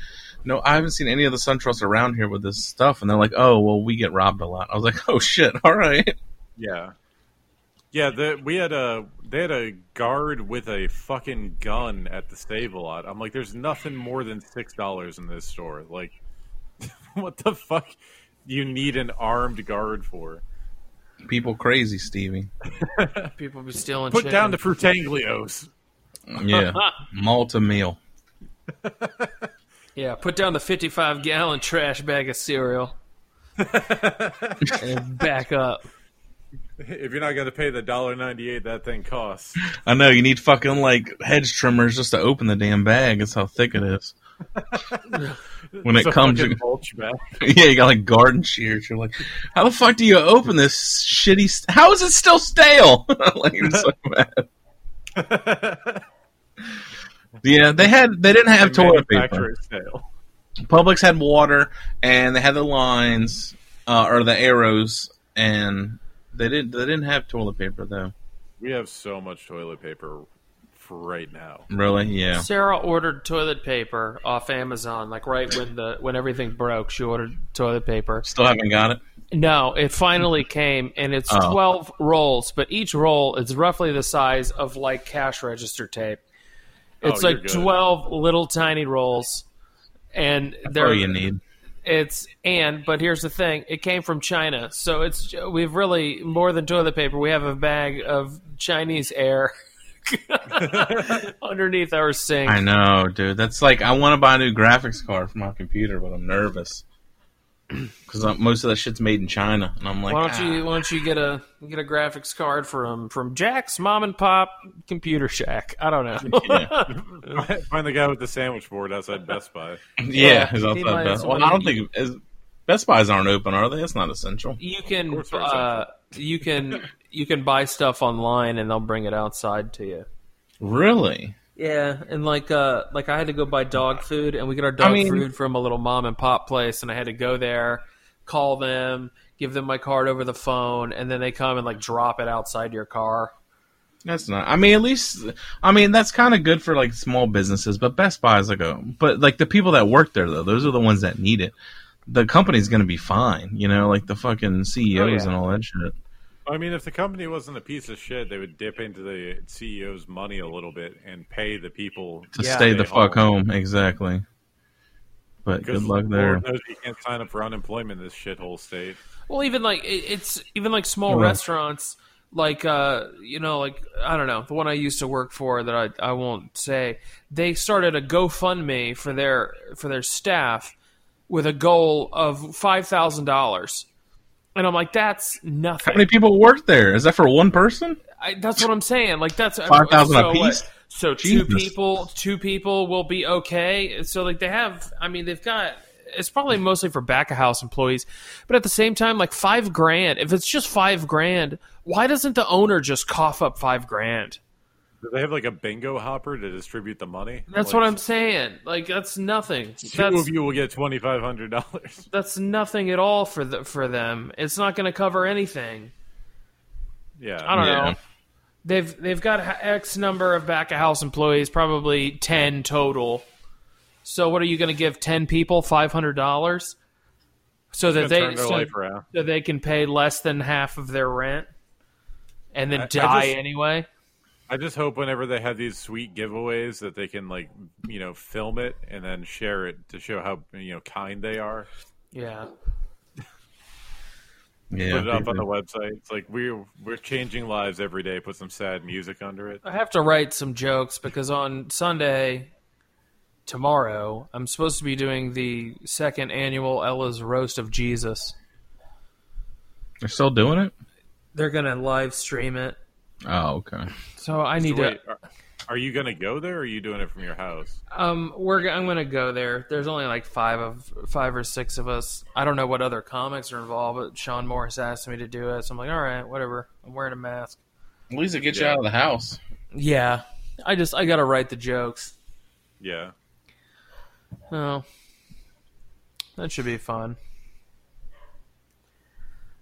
no, I haven't seen any of the SunTrusts around here with this stuff. And they're like, oh, well, we get robbed a lot. I was like, (laughs) oh shit. All right.
yeah, yeah. The, we had a they had a guard with a fucking gun at the stable lot. I'm like, there's nothing more than six dollars in this store. Like, (laughs) what the fuck? You need an armed guard for?
People crazy, Stevie.
People be stealing.
Put
chicken.
down the frutanglios.
Yeah, Malta meal.
Yeah, put down the 55 gallon trash bag
(laughs)
of cereal. and back up.
(laughs) If you're not gonna pay the dollar ninety eight that thing costs. (laughs)
I know you need fucking like hedge trimmers just to open the damn bag. That's how thick it is. when it
It's a
comes,
fucking mulch (laughs) bag.
yeah, you (laughs) got like garden shears. You're like, how the fuck do you open this shitty? St- how is it still stale? (laughs) like you're so mad. yeah, they had they didn't have toilet paper.
Manufacturer's sale.
Publix had water, and they had the lines uh, or the arrows, and they didn't they didn't have toilet paper though.
We have so much toilet paper for right now.
Really? Yeah.
Sarah ordered toilet paper off Amazon, like right when the when everything broke. She ordered toilet paper.
Still haven't got it.
No, it finally came, and it's
Oh.
twelve rolls, but each roll is roughly the size of like cash register tape. It's
Oh, you're
like
good.
twelve little tiny rolls, and
That's
they're
all Oh, you need.
It's and but here's the thing: it came from China, so it's we've really more than toilet paper. We have a bag of Chinese air (laughs) underneath our sink.
I know, dude. That's like I want to buy a new graphics card for my computer, but I'm nervous (clears throat) because most of that shit's made in China, and I'm like,
Why don't you
"Ah."
Why don't you get a get a graphics card from from Jack's Mom and Pop Computer Shack? I don't
(laughs)
know.
(laughs) Find the guy with the sandwich board outside Best Buy.
(laughs)
"Ah." yeah, it's
he
outside
might
Best-
as
Well,
well.
I don't think is, Best Buys aren't open, are they? It's not essential.
(laughs) you can
course they're
uh, you can you can buy stuff online and they'll bring it outside to you.
Really?
Yeah, and like uh like I had to go buy dog food and we get our dog
I mean-
food from a little mom and pop place and I had to go there, call them, give them my card over the phone and then they come and like drop it outside your car.
That's not. I mean, at least I mean that's kind of good for like small businesses, but Best Buy is like a. But like the people that work there though, those are the ones that need it. The company's gonna be fine, you know, like the fucking CEOs
Oh, yeah.
and all that shit.
I mean, if the company wasn't a piece of shit, they would dip into the CEO's money a little bit and pay the people
to
Yeah.
stay
Stay
the fuck
home.
home. Exactly. But good
Because
luck there.
Lord knows you can't sign up for unemployment in this shithole state.
Well, even like it- it's even like small
Yeah.
restaurants, like uh, you know, like I don't know, the one I used to work for that I I won't say. They started a GoFundMe for their for their staff with a goal of five thousand dollars, and I'm like, that's
How
nothing.
many people work there? Is that for one person?
I, that's what I'm saying. Like that's
5,000
so, uh,
apiece?
So two
Jesus.
people, two people will be okay. So like they have, I mean, they've got. It's probably mostly for back of house employees, but at the same time, like five grand. If it's just five grand, why doesn't the owner just cough up five grand?
Do they have like a bingo hopper to distribute the money?
That's
Like,
what I'm saying. Like that's nothing.
Two
That's
of you will get twenty five hundred dollars. (laughs)
that's nothing at all for the, for them. It's not going to cover anything.
Yeah,
I don't
Yeah.
know. They've they've got h- X number of back of house employees, probably ten total. So what are you going to give ten people five hundred dollars, so that
Gonna turn
they
their
so,
life around.
so they can pay less than half of their rent, and then
I- I
die
just-
anyway?
I just hope whenever they have these sweet giveaways that they can like you know film it and then share it to show how you know kind they are.
Yeah.
Yeah,
Put it up on the
people-
website. It's like we're we're changing lives every day. Put some sad music under it.
I have to write some jokes because on Sunday, tomorrow, I'm supposed to be doing the second annual Ella's Roast of Jesus.
they're still doing it.
They're going to live stream it.
Oh, okay.
So I need
Wait,
to.
are, are you gonna go there? or Are you doing it from your house?
Um, we're g- I'm going to go there. There's only like five of five or six of us. I don't know what other comics are involved, but Sean Morris asked me to do it, so I'm like, all right, whatever. I'm wearing a mask.
At least it gets
you
you
out
out of the house.
Yeah, I just I got to write the jokes.
Yeah.
Oh, that should be fun.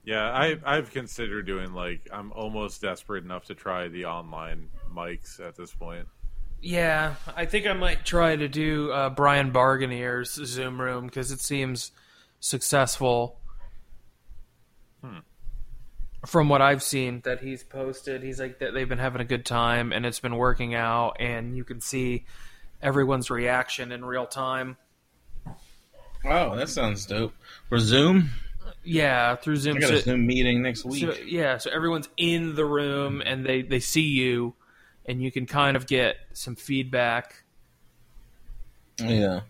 Yeah, I, I've considered doing like I'm almost desperate enough to try the online mics at this point.
Yeah, I think I might try to do uh, Brian Barganier's Zoom room because it seems successful.
Hmm.
From what I've seen that he's posted, he's like that they've been having a good time and it's been working out, and you can see everyone's reaction in real time.
Oh, that sounds dope. For Zoom,
Yeah, through Zoom.
I got
So-
a Zoom meeting next week.
So, yeah, so everyone's in the room and they, they see you, and you can kind of get some feedback.
yeah,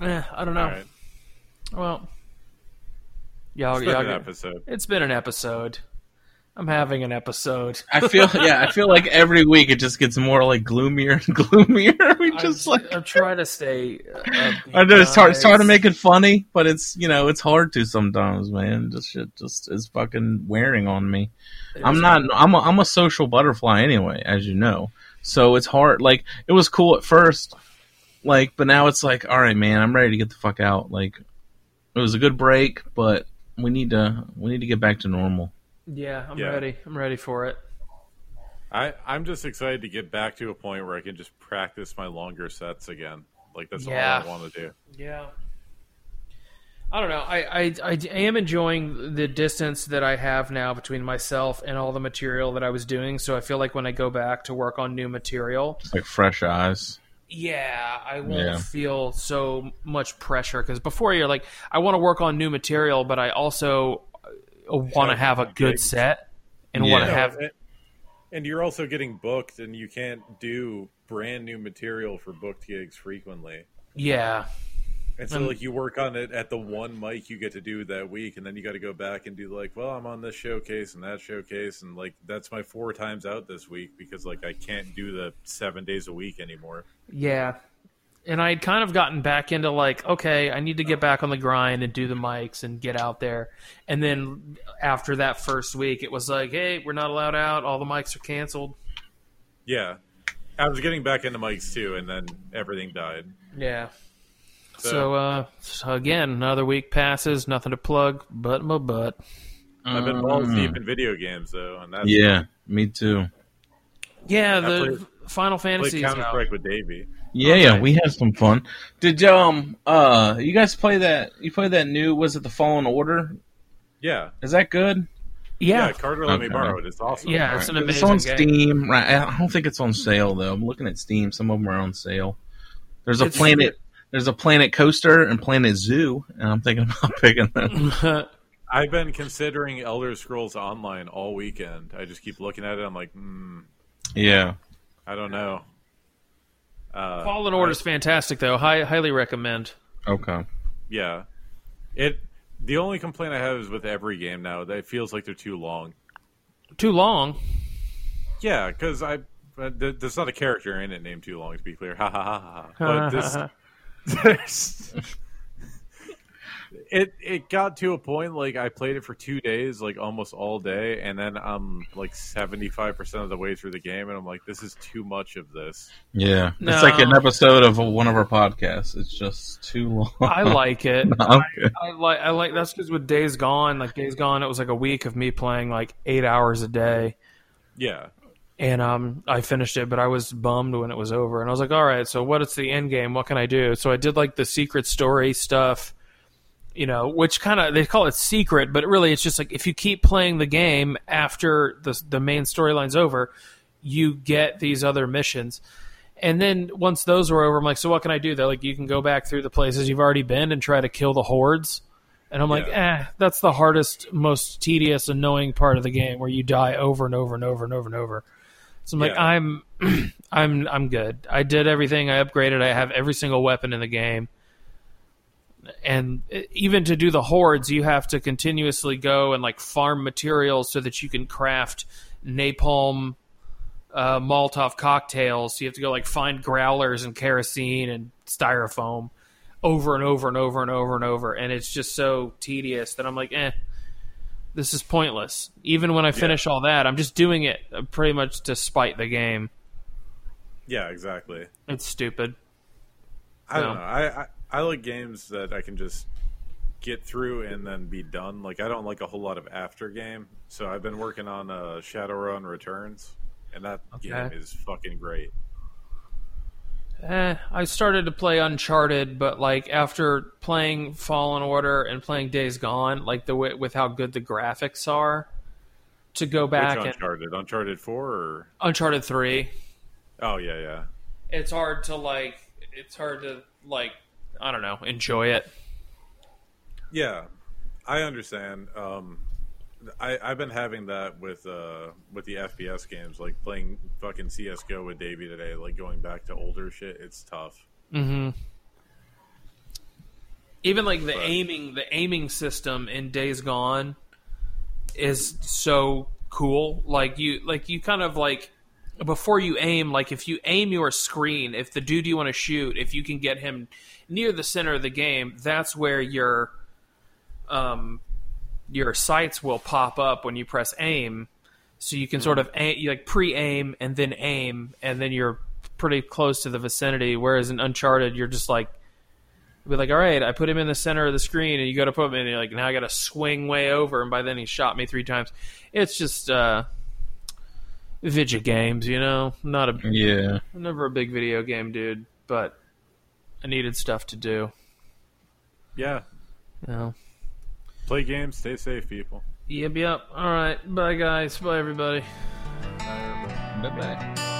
Eh, I don't know.
All right.
Well, y'all,
It's been
y'all
an episode.
it's been an episode. I'm having an episode.
I feel yeah, I feel like every week it just gets more like gloomier and (laughs) gloomier. We
I'm
(laughs) just like
I'm trying to
(laughs)
stay.
I know it's hard. It's hard to make it funny, but it's you know it's hard to sometimes, man. This shit just is fucking wearing on me. I'm not. I'm a, I'm a social butterfly anyway, as you know. So it's hard. Like it was cool at first, like, but now it's like, all right, man, I'm ready to get the fuck out. Like, it was a good break, but we need to we need to get back to normal.
Yeah, I'm
Yeah.
ready. I'm ready for it.
I, I'm just excited to get back to a point where I can just practice my longer sets again. Like that's
Yeah.
all I want to do.
Yeah. I don't know. I, I, I am enjoying the distance that I have now between myself and all the material that I was doing. So I feel like when I go back to work on new material,
It's like fresh eyes.
yeah, I won't
Yeah.
feel so much pressure. Because before you're like, I want to work on new material, but I also want to
Like,
have a good
gigs.
set and
Yeah.
want to
No,
have.
and, and you're also getting booked, and you can't do brand new material for booked gigs frequently.
Yeah.
And so,
Um,
like, you work on it at the one mic you get to do that week, and then you got to go back and do, like, well, I'm on this showcase and that showcase, and, like, that's my four times out this week because, like, I can't do the seven days a week anymore.
Yeah. And I had kind of gotten back into like, okay, I need to get back on the grind and do the mics and get out there. And then after that first week, it was like, hey, we're not allowed out. All the mics are canceled.
Yeah. I was getting back into mics too, and then everything died.
Yeah.
So-
So, uh, so again, another week passes, nothing to plug but my butt.
I've been balls
um,
Mm.
deep in video games, though, and that's
Yeah, me too.
Yeah,
I
the Final Fantasy
played
is
Counter
out.
Strike with Davey.
Yeah, yeah, we had some fun. Did you, um uh you guys play that? You play that new? Was it the Fallen Order?
Yeah.
Is that good?
Yeah,
Yeah,
Carter let me
Okay.
borrow it. It's awesome.
yeah, it's an
It's
amazing
on
game.
Steam, right? I don't think it's on sale though. I'm looking at Steam. Some of them are on sale. There's a
It's-
planet. There's a planet coaster and planet zoo, and I'm thinking (laughs) about picking them.
I've been considering Elder Scrolls Online all weekend. I just keep looking at it. I'm like, hmm,
yeah,
I don't know. Uh,
(laughs) Fallen Order's fantastic though. Hi- highly recommend.
okay.
yeah, it. The only complaint I have is with every game now that it feels like they're too long.
Too long.
Yeah, because I uh, th- there's not a character in it named too long to be clear. Ha ha ha ha. ha. But this
(laughs)
there's (laughs) it it got to a point like I played it for two days, like almost all day, and then I'm like seventy five percent of the way through the game, and I'm like, this is too much of this.
Yeah,
No.
it's like an episode of one of our podcasts. It's just too long. (laughs)
I like it.
Okay.
I like I like that's because with Days Gone, like Days Gone, it was like a week of me playing like eight hours a day,
Yeah,
and um, I finished it, but I was bummed when it was over, and I was like, all right, so what is the end game? What can I do? So I did like the secret story stuff, you know, which kind of they call it secret, but really it's just like if you keep playing the game after the the main storyline's over, you get these other missions. And then once those were over, I'm like, so what can I do? They're like, you can go back through the places you've already been and try to kill the hordes. And I'm like, eh, that's the hardest, most tedious, annoying part of the game where you die over and over and over and over and over. So I'm like,
Yeah.
I'm, (clears throat) I'm, I'm good. I did everything. I upgraded. I have every single weapon in the game. And e, even to do the hordes, you have to continuously go and like farm materials so that you can craft napalm uh, Molotov cocktails. So you have to go like find growlers and kerosene and styrofoam over and over and over and over and over, and it's just so tedious that I'm like, eh, this is pointless. Even when I finish all that, I'm just doing it uh, pretty much to spite the game.
Yeah, exactly.
It's stupid.
I don't
No.
know. I, I I like games that I can just get through and then be done. Like I don't like a whole lot of after game. So I've been working on uh, Shadowrun Returns, and that
Okay.
game is fucking great.
Eh, I started to play Uncharted, but like after playing Fallen Order and playing Days Gone, like the way, with how good the graphics are, to go back
Which
and
Uncharted? Uncharted Four? Or...
Uncharted Three,
Oh yeah, yeah.
it's hard to like, it's hard to like, I don't know, enjoy it.
Yeah, I understand. Um, I, I've been having that with uh, with the FPS games, like playing fucking CS:GO with Davey today. Like going back to older shit, it's tough.
hmm Even like the
But-
aiming, the aiming system in Days Gone is so cool. Like you, like you kind of like before you aim, like if you aim your screen, if the dude you want to shoot, if you can get him near the center of the game, that's where your um your sights will pop up when you press aim. So you can sort of aim, you like pre-aim and then aim, and then you're pretty close to the vicinity. Whereas in Uncharted, you're just like, be like, all right, I put him in the center of the screen, and you go to put him, in, and you're like, now I got to swing way over, and by then he shot me three times. It's just uh, video games, you know. I'm Not a I'm
Yeah.
never a big video game dude, but I needed stuff to do.
Yeah,
You know?
play games, stay safe, people.
Yep, yep. All right, bye guys, bye everybody.
Bye bye.